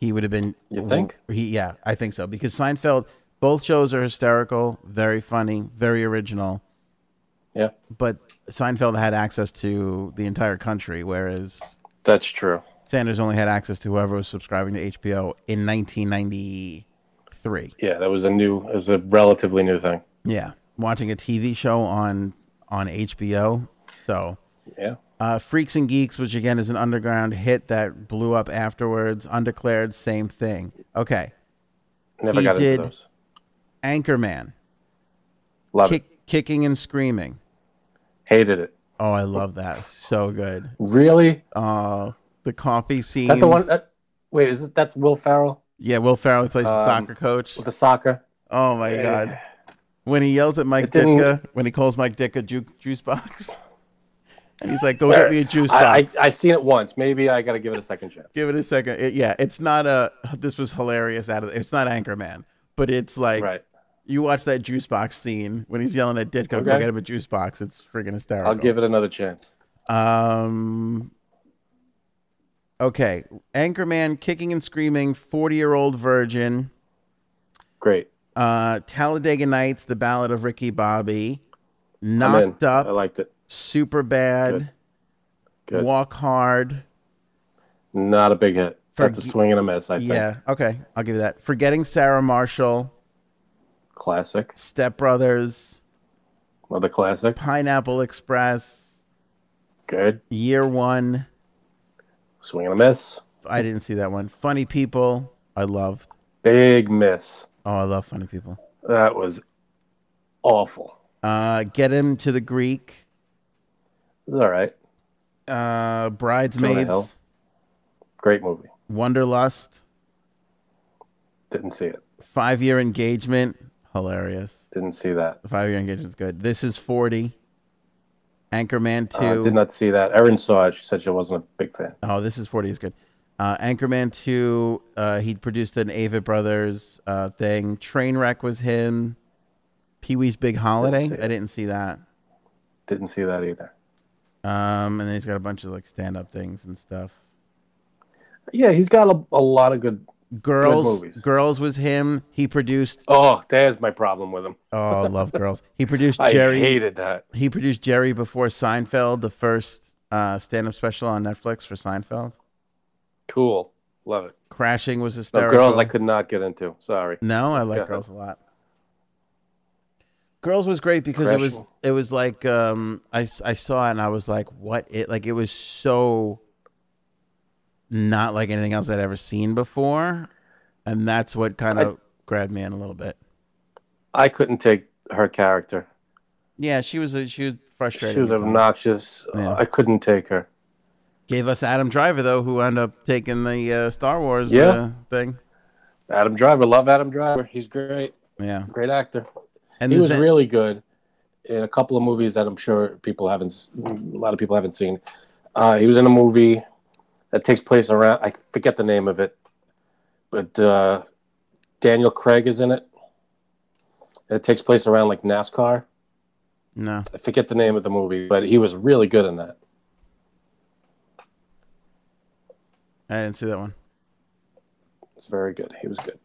S1: He would have been.
S2: You think?
S1: He, yeah, I think so because Seinfeld. Both shows are hysterical, very funny, very original.
S2: Yeah,
S1: But Seinfeld had access to the entire country, whereas
S2: that's true.
S1: Sanders only had access to whoever was subscribing to HBO in 1993.
S2: Yeah, that was a new, it was a relatively new thing.
S1: Yeah, watching a TV show on on HBO. So
S2: Yeah.
S1: Uh, Freaks and Geeks, which again is an underground hit that blew up afterwards. Undeclared, same thing. Okay.
S2: Never
S1: He
S2: got
S1: did
S2: into those.
S1: Anchorman,
S2: Love it.
S1: kick, kicking and screaming.
S2: Hated it.
S1: Oh, I love that. So good.
S2: Really?
S1: Uh, the coffee scene.
S2: That's the one. That, wait, is it, that's Will Farrell
S1: yeah, Will Ferrell plays the
S2: Um,
S1: soccer coach.
S2: with the soccer?
S1: Oh my god. When he yells at Mike
S2: It didn't-
S1: Ditka, when he calls Mike Ditka ju- juice box, [LAUGHS] and he's like, "Go get me a juice
S2: I, I
S1: box."
S2: I seen it once. Maybe I got to give it a second chance.
S1: Give it a second. It- yeah, it's not a. This was hilarious. Out of it's not Anchorman, but it's like
S2: Right.
S1: you watch that juice box scene when he's yelling at Ditka, "Go
S2: Okay.
S1: get him a juice box." It's freaking hysterical.
S2: I'll give it another chance.
S1: Um. Okay, Anchorman, kicking and screaming, forty-year-old virgin,
S2: Great.
S1: uh, Talladega Nights, the Ballad of Ricky Bobby,
S2: I'm in.
S1: knocked up,
S2: I liked it.
S1: super bad,
S2: Good.
S1: walk hard.
S2: Not a big hit. That's a
S1: Forg-
S2: swing and a miss, I think.
S1: Yeah, okay, I'll give you that. Forgetting Sarah Marshall,
S2: Classic.
S1: Step Brothers,
S2: Another classic.
S1: Pineapple Express,
S2: Good.
S1: Year One.
S2: Swing and a miss.
S1: I didn't see that one. Funny People, I loved.
S2: Big miss.
S1: Oh, I love Funny People.
S2: That was awful.
S1: Uh, Get him to the Greek.
S2: It was all right.
S1: uh
S2: hell.
S1: bridesmaids
S2: Great movie.
S1: wonderlust
S2: Didn't see it.
S1: five year engagement hilarious
S2: Didn't see that.
S1: the five year engagement's good this is 40 anchorman 2
S2: Uh, did not see that. Erin saw it. She said she wasn't a big fan.
S1: oh this is 40 is good uh anchorman 2 uh he produced an avid brothers uh thing trainwreck was him pee-wee's big holiday
S2: see it.
S1: i didn't see that
S2: Didn't see that either.
S1: um and then he's got a bunch of like stand-up things and stuff
S2: Yeah, he's got a, a lot of good.
S1: girls
S2: movies.
S1: girls was him he produced
S2: Oh, there's my problem with him.
S1: oh I love girls he produced
S2: [LAUGHS] I
S1: jerry
S2: hated that.
S1: he produced Jerry before Seinfeld, the first uh, stand-up special on Netflix for Seinfeld.
S2: Cool. Love it.
S1: Crashing was
S2: No,
S1: hysterical.
S2: Oh, girls, I could not get into. Sorry.
S1: No, I like
S2: Yeah.
S1: Girls a lot. Girls was great because it was
S2: Crashing.
S1: it was like um, I s- I saw it and I was like, what it like it was so not like anything else I'd ever seen before, and that's what kind of grabbed me in a little bit.
S2: I couldn't take her character.
S1: Yeah, she was a, she was frustrated.
S2: She was obnoxious. Uh,
S1: Yeah.
S2: I couldn't take her.
S1: Gave us Adam Driver though, who ended up taking the uh, Star Wars
S2: Yeah.
S1: uh, thing.
S2: Adam Driver, love Adam Driver. He's great,
S1: Yeah,
S2: great actor.
S1: and
S2: he
S1: this
S2: was really good in a couple of movies that I'm sure people haven't, s- a lot of people haven't seen. Uh, he was in a movie that takes place around, I forget the name of it, but uh, Daniel Craig is in it. It takes place around like NASCAR.
S1: no.
S2: I forget the name of the movie, but he was really good in that.
S1: I didn't see that one.
S2: It's very good. He was good.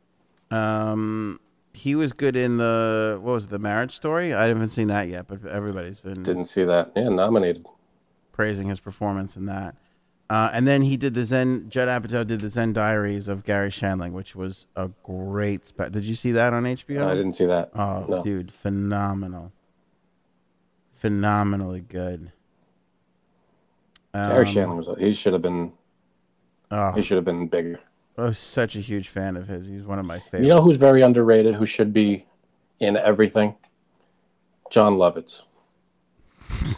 S1: Um, he was good in the what was it, the Marriage Story? I haven't seen that yet, but everybody's been
S2: Didn't see that. Yeah, nominated.
S1: praising his performance in that. Uh, and then he did the Zen. Judd Apatow did the Zen Diaries of Gary Shandling, which was a great. Spe- did you see that on HBO?
S2: I didn't see that.
S1: Oh,
S2: no.
S1: dude, phenomenal, phenomenally good.
S2: Gary
S1: Um,
S2: Shannon was. He should have been.
S1: oh,
S2: He should have been bigger.
S1: I was such a huge fan of his. He's one of my favorites.
S2: You know who's very underrated? Who should be in everything? John Lovitz.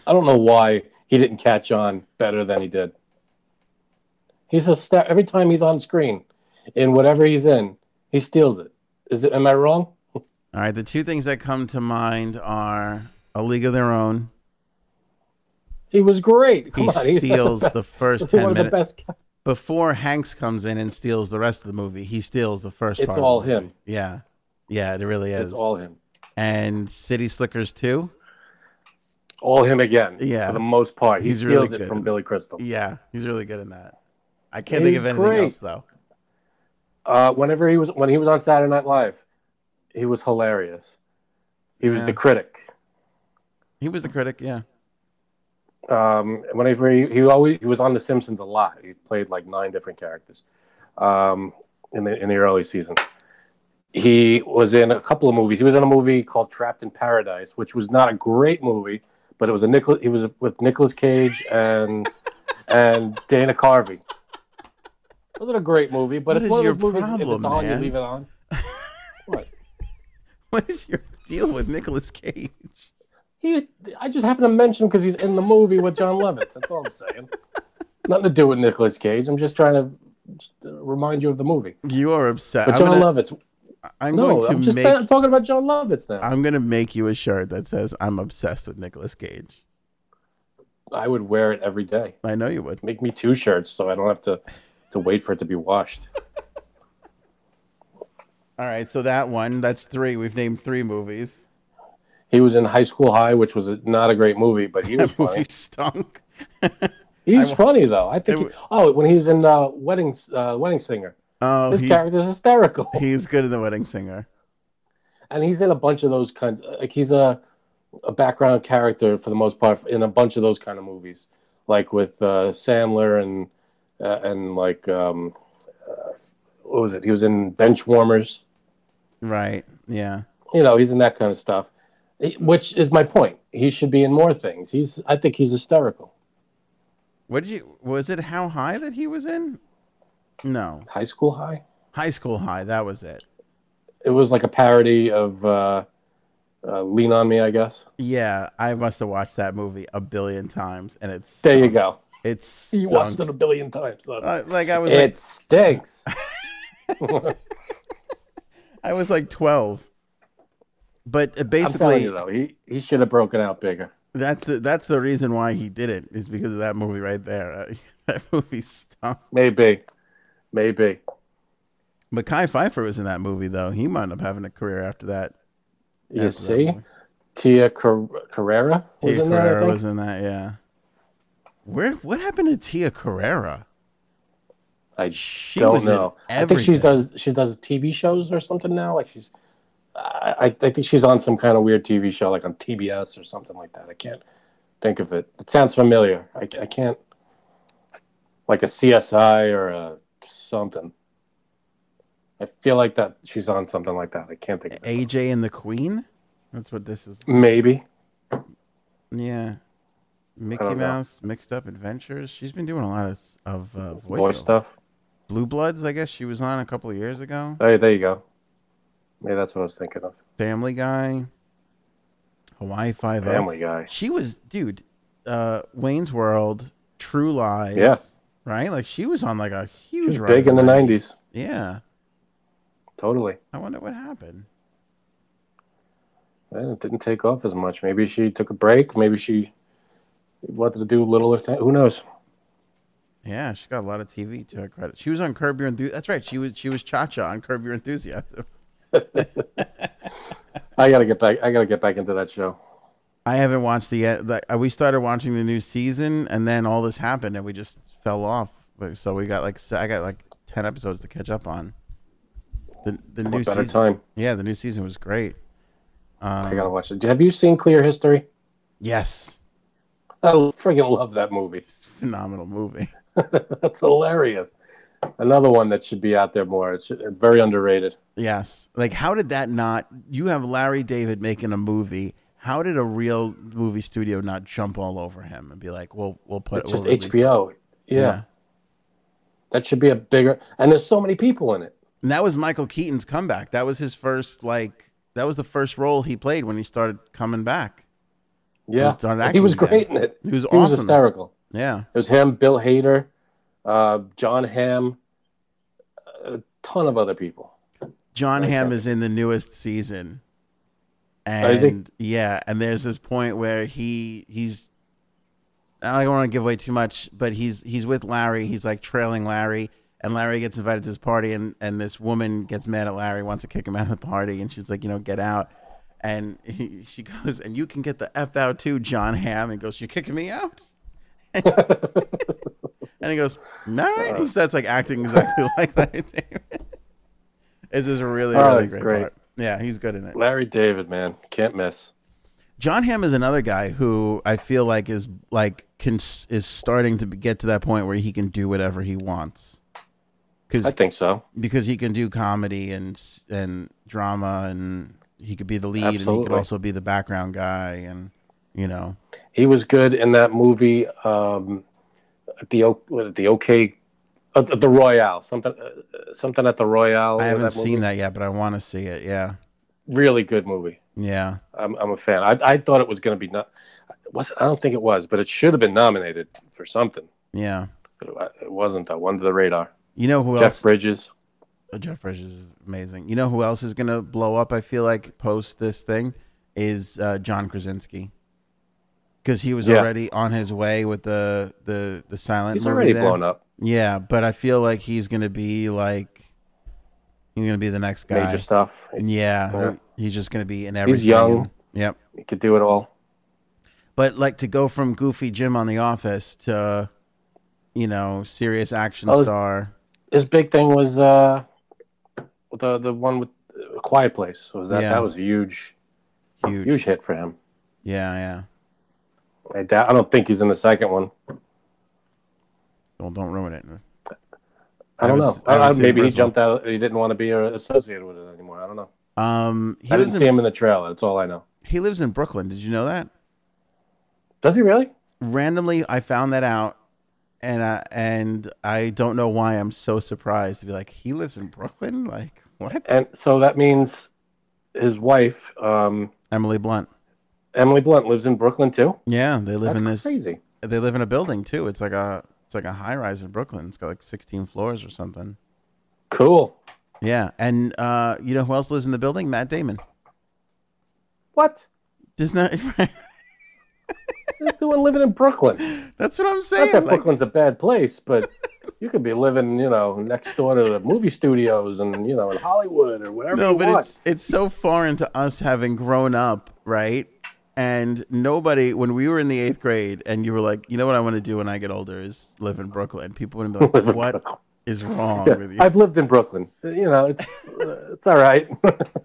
S2: I don't know why he didn't catch on better than he did. He's a sta- every time he's on screen, in whatever he's in, he steals it. Is it? Am I wrong?
S1: All right, the two things that come to mind are A League of Their Own.
S2: He was great. Come
S1: He
S2: on, he- [LAUGHS]
S1: steals the first
S2: one
S1: ten
S2: of the
S1: minutes
S2: best. ca-
S1: before Hanks comes in and steals the rest of the movie. He steals the first.
S2: It's
S1: part of
S2: all
S1: the movie.
S2: him.
S1: Yeah, yeah, it really is.
S2: It's all him.
S1: and City Slickers too.
S2: All him again.
S1: Yeah.
S2: For the most part, he
S1: He's really
S2: steals
S1: good
S2: it from
S1: in-
S2: Billy Crystal.
S1: Yeah, he's really good in that. I can't think
S2: He's
S1: of anything
S2: great.
S1: else though.
S2: uh, whenever he was when he was on Saturday Night Live, he was hilarious. He was
S1: Yeah.
S2: the critic.
S1: He was a critic. Yeah,
S2: um, whenever he, he always he was on The Simpsons a lot. He played like nine different characters um, in the in the early season. He was in a couple of movies. He was in a movie called Trapped in Paradise, which was not a great movie, but it was a Nicholas. He was with Nicolas Cage
S1: [LAUGHS]
S2: and and Dana Carvey. It wasn't a great movie, but
S1: What
S2: it's
S1: is
S2: one
S1: your
S2: of those movies. if
S1: problem,
S2: it's on,
S1: man?
S2: you leave it
S1: [LAUGHS]
S2: on. What?
S1: [LAUGHS] What is your deal with Nicolas Cage?
S2: He, I just happened to mention him because he's in the movie with John Lovitz. That's all I'm saying. Nothing to do with Nicolas Cage. I'm just trying to just, uh, remind you of the movie.
S1: You are upset.
S2: But
S1: I'm,
S2: John
S1: gonna,
S2: Lovitz.
S1: I'm
S2: No,
S1: going to
S2: I'm just
S1: make.
S2: I'm talking about John Lovitz now.
S1: I'm gonna make you a shirt that says "I'm obsessed with Nicolas Cage."
S2: I would wear it every day.
S1: I know you would.
S2: Make me two shirts so I don't have to to wait for it to be washed.
S1: All right, so that one, that's three. We've named three movies.
S2: He was in High School High, which was a, not a great movie, but he was
S1: That
S2: funny.
S1: movie stunk.
S2: He's
S1: I-
S2: funny though. I think.
S1: It
S2: He, oh, when he was in uh, Wedding uh, Wedding Singer,
S1: Oh,
S2: this
S1: he's
S2: character's hysterical,
S1: he's good in The Wedding Singer.
S2: and he's in a bunch of those kinds. Like he's a a background character for the most part in a bunch of those kind of movies, like with uh, Sandler and uh, and like um, uh, what was it? He was in Benchwarmers.
S1: Right? Yeah.
S2: you know he's in that kind of stuff which is my point he should be in more things he's i think he's hysterical
S1: What did you? Was it How High that he was in? No,
S2: high school high
S1: High School High. That was it.
S2: it was like a parody of uh, uh, lean on me i guess
S1: Yeah, I must have watched that movie a billion times, and it's
S2: there you go
S1: it's Uh,
S2: you watched it a billion times though.
S1: like I was like,
S2: it stinks
S1: I was like twelve. But uh,
S2: i'm telling
S1: basically,
S2: you though he, he should have broken out bigger
S1: That's the that's the reason why he did it is because of that movie right there. [LAUGHS] Uh, that movie stunk.
S2: maybe maybe
S1: Mackay Pfeiffer was in that movie though. He wound up having a career after that. after
S2: you
S1: that
S2: see
S1: movie.
S2: tia Car- carrera was
S1: Tia
S2: in there i
S1: Carrera
S2: think
S1: was in that. Yeah. Where what happened to Tia Carrera?
S2: I
S1: She
S2: don't
S1: was in
S2: know. I think she
S1: everything.
S2: does she does TV shows or something now. Like she's, I, I I think she's on some kind of weird TV show, like on TBS or something like that. I can't think of it. It sounds familiar. I, I can't like a CSI or a something. I feel like that she's on something like that. I can't think. Of it.
S1: AJ and the Queen. That's what this is.
S2: Maybe
S1: Yeah. Mickey
S2: don't know.
S1: Mouse Mixed Up Adventures. She's been doing a lot of of uh, voice,
S2: voice stuff.
S1: Blue Bloods. I guess she was on a couple of years ago.
S2: Hey, there you go. Maybe that's what I was thinking of.
S1: Family Guy. Hawaii Five O.
S2: Family Guy.
S1: She was, dude, uh, Wayne's World, True Lies.
S2: Yeah.
S1: Right? Like she was on like a huge
S2: She was
S1: run
S2: big in the '90s.
S1: Yeah.
S2: Totally.
S1: I wonder what happened.
S2: Well, It didn't take off as much. Maybe she took a break. Maybe she wanted to do littler things. Who knows?
S1: Yeah, she got a lot of TV to her credit. She was on Curb Your Enthusiasm. That's right. She was she was Cha Cha on Curb Your Enthusiasm.
S2: I gotta get back. I gotta get back into that show.
S1: I haven't watched the yet. Like, uh, we started watching the new season, and then all this happened, and we just fell off. But- So we got like se- I got like ten episodes to catch up on. The the new
S2: What better
S1: season. Um,
S2: time?
S1: Yeah, the new season was great.
S2: I gotta watch it. Have you seen Clear History?
S1: Yes,
S2: I friggin' love that movie. [LAUGHS]
S1: phenomenal movie.
S2: That's hilarious. Another one that should be out there more. It's it's very underrated.
S1: Yes. Like, how did that not? You have Larry David making a movie. How did a real movie studio not jump all over him and be like, "We'll we'll put
S2: It's
S1: we'll
S2: just
S1: release it.
S2: HBO. Yeah. that should be a bigger. And there's so many people in it.
S1: And that was Michael Keaton's comeback. That was his first like that was the first role he played when he started coming back.
S2: Yeah,
S1: It's on
S2: he
S1: acting
S2: was
S1: again.
S2: great in it.
S1: He was
S2: He was
S1: awesome.
S2: hysterical.
S1: Yeah.
S2: It was him, Bill Hader, uh, John Hamm, a ton of other people.
S1: John
S2: Like
S1: Hamm
S2: that.
S1: is in the newest season.
S2: Oh, is he?
S1: And yeah, and there's this point where he he's I don't want to give away too much, but he's he's with Larry, he's like trailing Larry, and Larry gets invited to this party and and this woman gets mad at Larry, wants to kick him out of the party, and she's like, you know, get out. And he, she goes, and you can get the F out too, John Hamm, and goes, You're kicking me out? And he goes,
S2: Uh,
S1: "No." he starts like acting exactly [LAUGHS] like Larry David. This is a really,
S2: Oh,
S1: really
S2: that's
S1: great,
S2: great.
S1: part. Yeah, he's good in it.
S2: Larry David, man, can't miss.
S1: John Hamm is another guy who I feel like is like can, is starting to get to that point where he can do whatever he wants.
S2: I
S1: Because
S2: think so.
S1: because he can do comedy and and drama and he could be the lead and he could
S2: Absolutely.
S1: also be the background guy and you know
S2: He was good in that movie, um, at the O- what, the OK, uh, the Royale, something uh, something at the Royale.
S1: I haven't
S2: that
S1: seen
S2: movie.
S1: that yet but I want to see it yeah
S2: Really good movie.
S1: yeah
S2: I'm, I'm a fan. I, I thought it was going to be not. Was I don't think it was, but it should have been nominated for something.
S1: yeah
S2: But it- it wasn't though. Under the radar.
S1: you know who
S2: Jeff
S1: else
S2: Bridges.
S1: oh, Jeff Bridges is amazing you know who else is gonna blow up I feel like post this thing is uh, John Krasinski because he was
S2: Yeah.
S1: already on his way with the the the silent
S2: He's
S1: movie
S2: already
S1: there.
S2: blown up.
S1: yeah but I feel like he's gonna be like he's gonna be the next guy
S2: Major stuff.
S1: Yeah,
S2: Yeah.
S1: he- he's just gonna be in everything.
S2: young.
S1: Yep.
S2: He could do it all.
S1: But like to go from goofy Jim on The Office to, you know, serious action
S2: Oh,
S1: star.
S2: His big thing was uh, the the one with uh, Quiet Place. Was that
S1: Yeah.
S2: that was a huge
S1: Huge.
S2: huge hit for him.
S1: Yeah, yeah.
S2: I doubt, I don't think he's in the second one.
S1: Well, don't ruin it.
S2: I,
S1: I
S2: don't
S1: would-
S2: know.
S1: I would
S2: I- I-
S1: say the
S2: maybe he
S1: first one.
S2: jumped out. He didn't want to be uh, associated with it anymore. I don't know.
S1: Um, he
S2: I
S1: lives
S2: didn't
S1: in
S2: see him in the trailer. That's all I know.
S1: he lives in Brooklyn. Did you know that?
S2: Does he really?
S1: Randomly, I found that out, and I and I don't know why I'm so surprised to be like he lives in Brooklyn. Like what?
S2: And so that means his wife, um,
S1: Emily Blunt.
S2: Emily Blunt, lives in Brooklyn too.
S1: Yeah, they live
S2: That's
S1: in this.
S2: crazy.
S1: They live in a building too. It's like a it's like a high rise in Brooklyn. It's got like 16 floors or something.
S2: Cool.
S1: Yeah, and uh, you know who else lives in the building? Matt Damon.
S2: What?
S1: Does not. [LAUGHS]
S2: There's no one living in Brooklyn.
S1: That's what I'm
S2: Not
S1: saying.
S2: that
S1: like,
S2: Brooklyn's a bad
S1: [LAUGHS]
S2: place, but you could be living, you know, next door to the movie studios and you know in Hollywood or whatever.
S1: no,
S2: you
S1: but
S2: want.
S1: it's it's so foreign to us having grown up, right? And nobody, when we were in the eighth grade, and you were like, you know what I want to do when I get older is live in Brooklyn. People would
S2: [LAUGHS]
S1: be
S2: Live
S1: like,
S2: in
S1: what
S2: Brooklyn.
S1: is wrong with you?
S2: I've lived in Brooklyn. You know,
S1: [LAUGHS]
S2: it's uh, it's all right.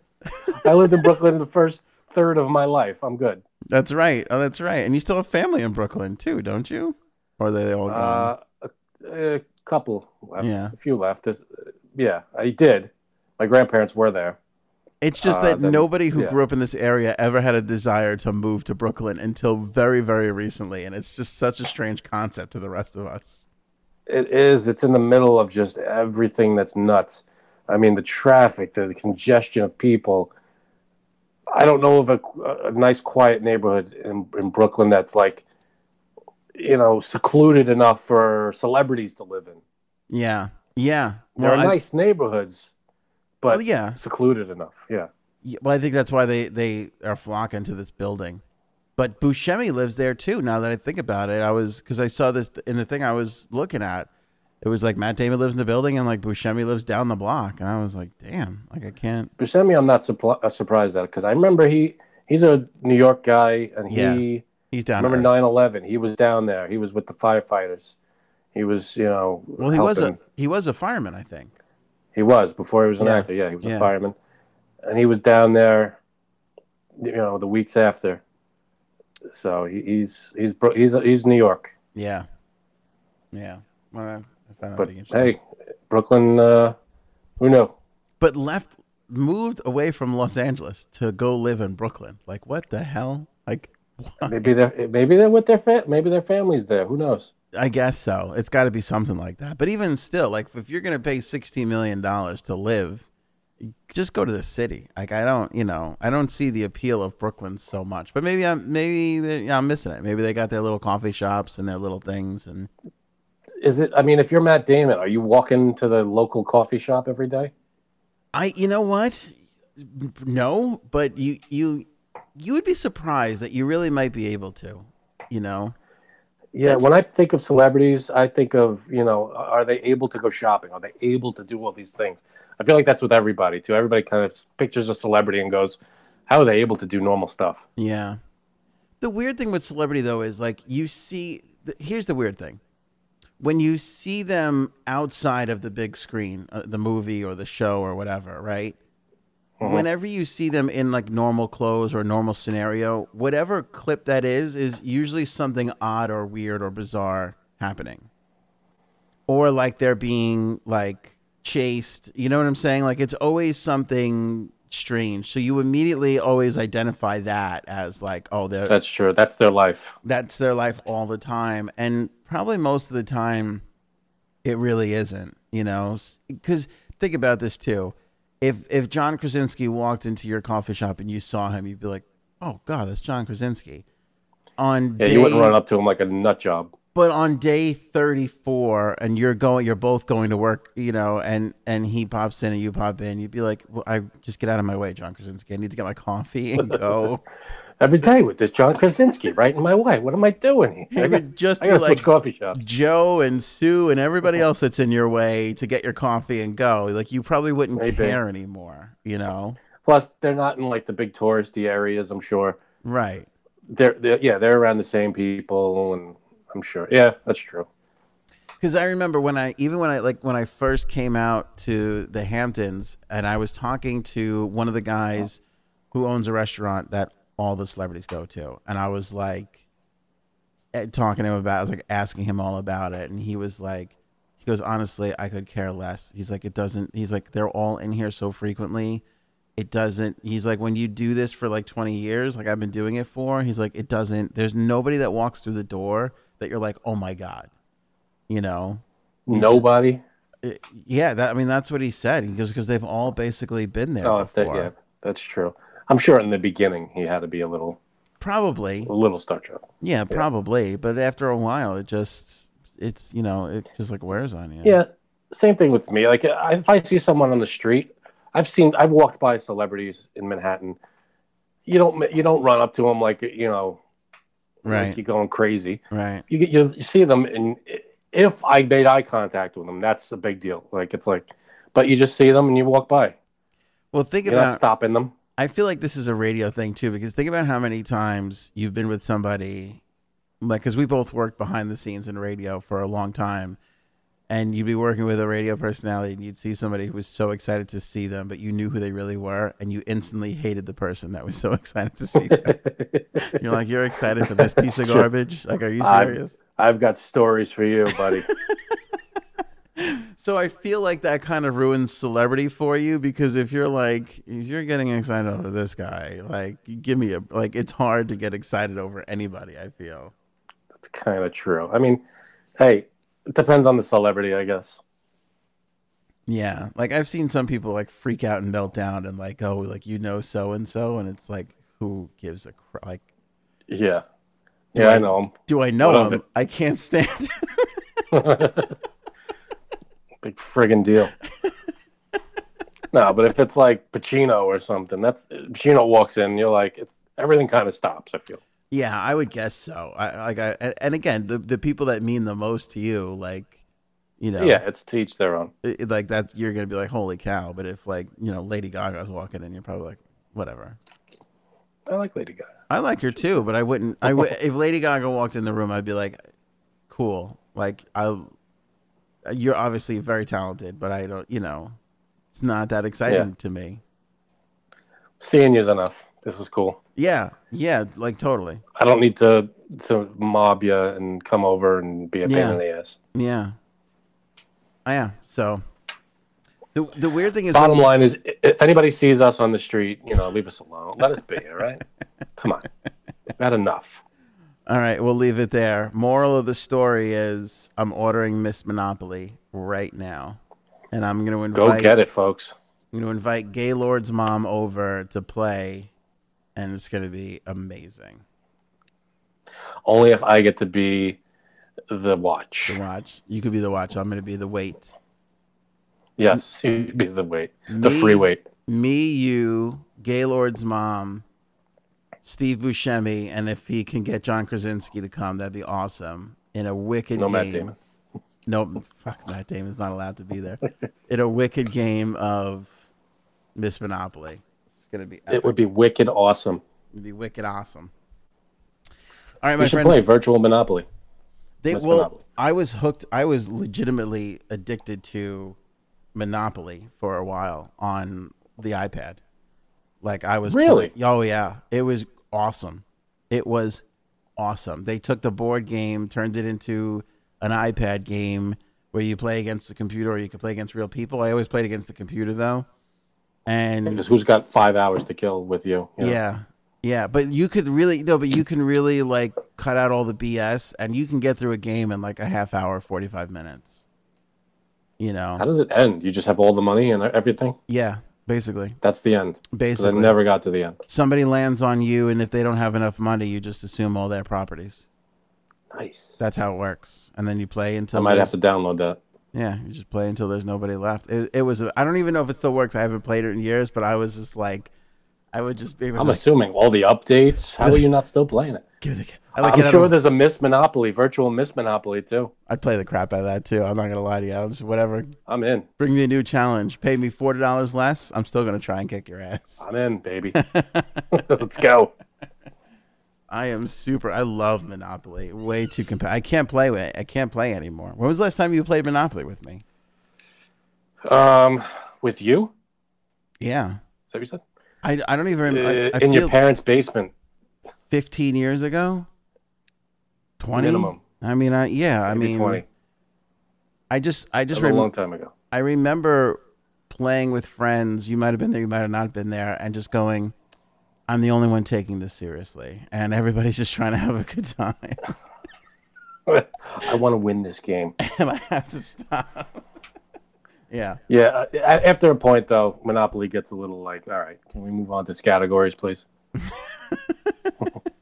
S2: [LAUGHS] I lived in Brooklyn the first third of my life. I'm good.
S1: That's right. Oh, that's right. And you still have family in Brooklyn too, don't you? Or are they all gone?
S2: Uh, a, a couple left.
S1: Uh-huh. Yeah.
S2: A few left. This- yeah, I did. My grandparents were there.
S1: It's just
S2: Uh,
S1: that
S2: then-
S1: nobody who
S2: yeah.
S1: grew up in this area ever had a desire to move to Brooklyn until very, very recently. And it's just such a strange concept to the rest of us.
S2: It is. It's in the middle of just everything that's nuts. I mean, the traffic, the congestion of people. I don't know of a, a nice, quiet neighborhood in, in Brooklyn that's like, you know, secluded enough for celebrities to live in.
S1: Yeah. Yeah.
S2: There
S1: Well,
S2: are
S1: I-
S2: nice neighborhoods,
S1: well,
S2: but
S1: yeah.
S2: secluded enough. Yeah.
S1: Yeah, Well, I think that's why they, they are flocking to this building. But Buscemi lives there too. Now that I think about it, I was, because I saw this in the thing I was looking at. It was like Matt Damon lives in the building and like Buscemi lives down the block. And I was like, damn, like I can't.
S2: Buscemi, I'm not supl- uh, surprised at because I remember he he's a New York guy, and he
S1: He's
S2: I
S1: down. to
S2: remember
S1: earth.
S2: 9/11. He was down there. He was with the firefighters. He was, you know,
S1: well, he was a
S2: helping.
S1: he was a fireman, I think.
S2: he was before he was an
S1: Yeah.
S2: actor. Yeah, he was
S1: Yeah.
S2: a fireman, and he was down there, you know, the weeks after. So he, he's he's bro- he's he's New York,
S1: Yeah. Yeah. Well, I, I found that
S2: but
S1: pretty Oh, interesting.
S2: hey, Brooklyn, uh, who knew?
S1: But left, moved away from Los Angeles to go live in Brooklyn. Like, what the hell? Like, [LAUGHS] why?
S2: Maybe they're maybe they're with their fa- maybe their families there. Who knows?
S1: I guess so. It's got to be something like that. But even still, like, if you're going to pay $16 million to live, just go to the city. Like, I don't, you know, I don't see the appeal of Brooklyn so much. But maybe I'm, maybe they, yeah, I'm missing it. Maybe they got their little coffee shops and their little things. And
S2: Is it? I mean, if you're Matt Damon, are you walking to the local coffee shop every day?
S1: I you know what? No, but you you you would be surprised that you really might be able to, you know.
S2: Yeah.
S1: That's-
S2: when I think of celebrities, I think of you know, are they able to go shopping? Are they able to do all these things? I feel like that's with everybody too. Everybody kind of pictures a celebrity and goes, "How are they able to do normal stuff?"
S1: Yeah. The weird thing with celebrity though is like you see th- here's the weird thing. When you see them outside of the big screen, uh, the movie or the show or whatever, right? whenever you see them in like normal clothes or a normal scenario, whatever clip that is, is usually something odd or weird or bizarre happening. Or like they're being like chased. You know what I'm saying? Like it's always something strange. So you immediately always identify that as like, oh, they're,
S2: That's true. That's their life.
S1: that's their life all the time and probably most of the time it really isn't you know because think about this too if if john krasinski walked into your coffee shop and you saw him you'd be like oh god that's john krasinski on
S2: Yeah,
S1: day
S2: you wouldn't run up to him like a nut job.
S1: but on day 34 and you're going you're both going to work you know and and he pops in and you pop in you'd be like well, i just get out of my way john krasinski i need to get my coffee
S2: [LAUGHS]
S1: and go
S2: Every day with this John Krasinski right in my way. What am I doing?
S1: [LAUGHS] it
S2: here? I got,
S1: would just
S2: I
S1: be
S2: got to
S1: like
S2: switch coffee shops.
S1: Joe and Sue and everybody else that's in your way to get your coffee and go. Like you probably wouldn't
S2: Maybe.
S1: care anymore, you know?
S2: Plus, they're not in like the big touristy areas. I'm sure.
S1: Right.
S2: They're, they're yeah, they're around the same people, and I'm sure. Yeah, that's true.
S1: Because I remember when I even when I like when I first came out to the Hamptons and I was talking to one of the guys who owns a restaurant that all the celebrities go to, and I was like eh, talking to him about, I was like asking him all about it, and he was like, he goes, honestly, I could care less. He's like, it doesn't. He's like, they're all in here so frequently. It doesn't. He's like, when you do this for like 20 years, like I've been doing it for, he's like, it doesn't. There's nobody that walks through the door that you're like, oh my God, you know?
S2: Nobody.
S1: It- yeah, that I mean that's what he said. He goes because they've all basically been there
S2: Oh, if that,
S1: before.
S2: yeah, that's true. I'm sure in the beginning he had to be a little,
S1: Probably,
S2: a little starstruck.
S1: yeah, probably. But after a while, it just it's you know it just like wears on you.
S2: Yeah, same thing with me. Like I- if I see someone on the street, I've seen, I've walked by celebrities in Manhattan. You don't, you don't run up to them like you know,
S1: right,
S2: like you're going crazy.
S1: right,
S2: You get, you, you see them, and if I made eye contact with them, that's a big deal. Like it's like, but you just see them and you walk by.
S1: Well, think
S2: You're not
S1: about.
S2: stopping them. [LAUGHS]
S1: I feel like this is a radio thing too because think about how many times you've been with somebody, like because we both worked behind the scenes in radio for a long time. And you'd be working with a radio personality, and you'd see somebody who was so excited to see them, but you knew who they really were, and you instantly hated the person that was so [LAUGHS] excited to see them. You're like, you're excited for this
S2: [LAUGHS]
S1: piece of
S2: Sure.
S1: garbage? Like, are you
S2: I'm-
S1: serious?
S2: I've got stories for you, buddy.
S1: so I feel like that kind of ruins celebrity for you because if you're like, if you're getting excited over this guy, like, give me a, like, it's hard to get excited over anybody, I feel.
S2: That's kind of true. I mean, hey, it depends on the celebrity, I guess.
S1: Yeah. Like, I've seen some people like freak out and melt down and like, oh, like, you know, so and so. And it's like, who gives a crap? Like,
S2: Yeah. Yeah, I know him.
S1: do I know
S2: What of
S1: him?
S2: it?
S1: I can't [LAUGHS] stand him.
S2: [LAUGHS] Big friggin' deal. no, but if it's like Pacino or something, that's Pacino walks in, you're like, it's, everything kind of stops, I feel.
S1: Yeah, I would guess so. I like I and- and again, the the people that mean the most to you, like you know,
S2: Yeah, it's to each their own.
S1: it- it- like that's you're gonna be like, holy cow! But if like you know, Lady Gaga's walking in, you're probably like, whatever.
S2: I like Lady Gaga.
S1: I like her too, but I wouldn't. I w- if Lady Gaga walked in the room, I'd be like, cool. Like I, you're obviously very talented, but I don't. You know, it's not that exciting to me.
S2: Seeing you's enough. This is cool.
S1: Yeah, yeah, like totally.
S2: I don't need to to mob you and come over and be a
S1: Yeah.
S2: pain in the ass.
S1: Yeah, yeah. So the the weird thing is when
S2: Bottom line is, i- if anybody sees us on the street, you know, leave us alone. Let us be, all right? Come on. We've had enough.
S1: All right, we'll leave it there. Moral of the story is I'm ordering Miss Monopoly right now. And I'm gonna
S2: Go
S1: invite
S2: get it, folks.
S1: I'm gonna invite Gaylord's mom over to play and it's gonna be amazing
S2: Only if I get to be the watch.
S1: to watch. You could be the watch, I'm gonna be the wait.
S2: Yes, you'd be the weight, the
S1: Me?
S2: free weight.
S1: Me, you, Gaylord's mom, Steve Buscemi, and if he can get John Krasinski to come, that'd be awesome. In a wicked
S2: No, Matt
S1: game.
S2: Damon.
S1: No, Oh, fuck Matt Damon's not allowed to be there. In a wicked game of Miss Monopoly. It's gonna be
S2: It would be wicked awesome.
S1: it'd be wicked awesome. All right,
S2: We
S1: my
S2: should
S1: friend.
S2: play virtual Monopoly.
S1: They,
S2: Miss
S1: well,
S2: Monopoly.
S1: I was hooked. I was legitimately addicted to Monopoly for a while on the iPad. Like I was
S2: Really?
S1: playing- Oh yeah, it was awesome. It was awesome. They took the board game, turned it into an iPad game where you play against the computer or you can play against real people. I always played against the computer though, and
S2: Because who's got five hours to kill with you? you know?
S1: yeah. Yeah, but you could really no, but you can really like cut out all the BS and you can get through a game in like a half hour, 45 minutes. You
S2: How
S1: know.
S2: does it end? You just have all the money and everything.
S1: Yeah, basically.
S2: That's the end. 'Cause I
S1: Basically.
S2: never got to the end.
S1: Somebody lands on you and if they don't have enough money, you just assume all their properties.
S2: Nice.
S1: That's how it works. And then you play until
S2: I might
S1: there's-
S2: have to download that.
S1: Yeah, you just play until there's nobody left. It, it was I I don't even know if it still works. I haven't played it in years, but I was just like I would just be
S2: I'm
S1: like,
S2: assuming all the updates. How are you not still playing it?
S1: give me the I like
S2: I'm
S1: it.
S2: sure there's a Miss Monopoly, virtual Miss Monopoly too.
S1: I'd play the crap out of that too. I'm not gonna lie to you. I'll just whatever
S2: I'm in.
S1: Bring me a new challenge. Pay me forty dollars less. I'm still gonna try and kick your ass.
S2: I'm
S1: [LAUGHS]
S2: in, baby. [LAUGHS] Let's go.
S1: I am super. I love Monopoly. Way too comp. I can't play with. I can't play anymore. When was the last time you played Monopoly with me?
S2: Um, with you?
S1: Yeah,
S2: Is that what you said?
S1: I, I don't even. I,
S2: Uh,
S1: I
S2: in your
S1: feel
S2: parents' basement,
S1: fifteen years ago. Twenty
S2: Minimum.
S1: I mean, I yeah. I
S2: maybe
S1: mean,
S2: 20.
S1: I just I
S2: That
S1: just
S2: was a
S1: rem-
S2: long time ago. [LAUGHS]
S1: I remember playing with friends. You might have been there. You might have not been there, and just going. I'm the only one taking this seriously, and everybody's just trying to have a good [LAUGHS] time.
S2: I want to win this game.
S1: and I have to stop. [LAUGHS] yeah.
S2: Yeah. uh, a- After a point, though, Monopoly gets a little like, all right, can we move on to categories, please?
S1: All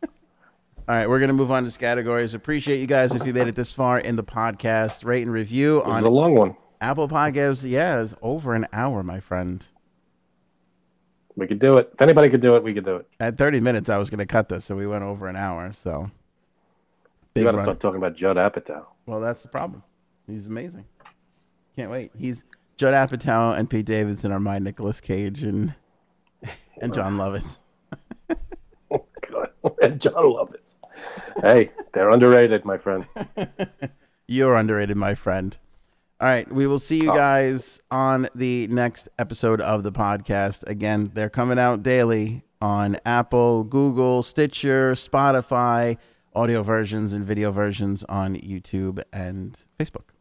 S1: right, we're gonna move on to categories. Appreciate you guys if you made it this far in the podcast. Rate and review
S2: This
S1: on
S2: is a long one.
S1: Apple Podcasts. Yeah, it's over an hour, my friend.
S2: We could do it. If anybody could do it, we could do it.
S1: At 30 minutes, I was gonna cut this, so we went over an hour. So
S2: You
S1: big
S2: got to
S1: run.
S2: stop talking about Judd Apatow. [LAUGHS]
S1: Well, that's the problem. He's amazing. Can't wait. He's Judd Apatow and Pete Davidson are my Nicolas Cage and [LAUGHS] and John Lovitz.
S2: Oh, God. [LAUGHS] And John Lovitz. Hey, they're underrated, my friend.
S1: You're underrated, my friend. All right. We will see you guys on the next episode of the podcast. Again, they're coming out daily on Apple, Google, Stitcher, Spotify, audio versions and video versions on YouTube and Facebook.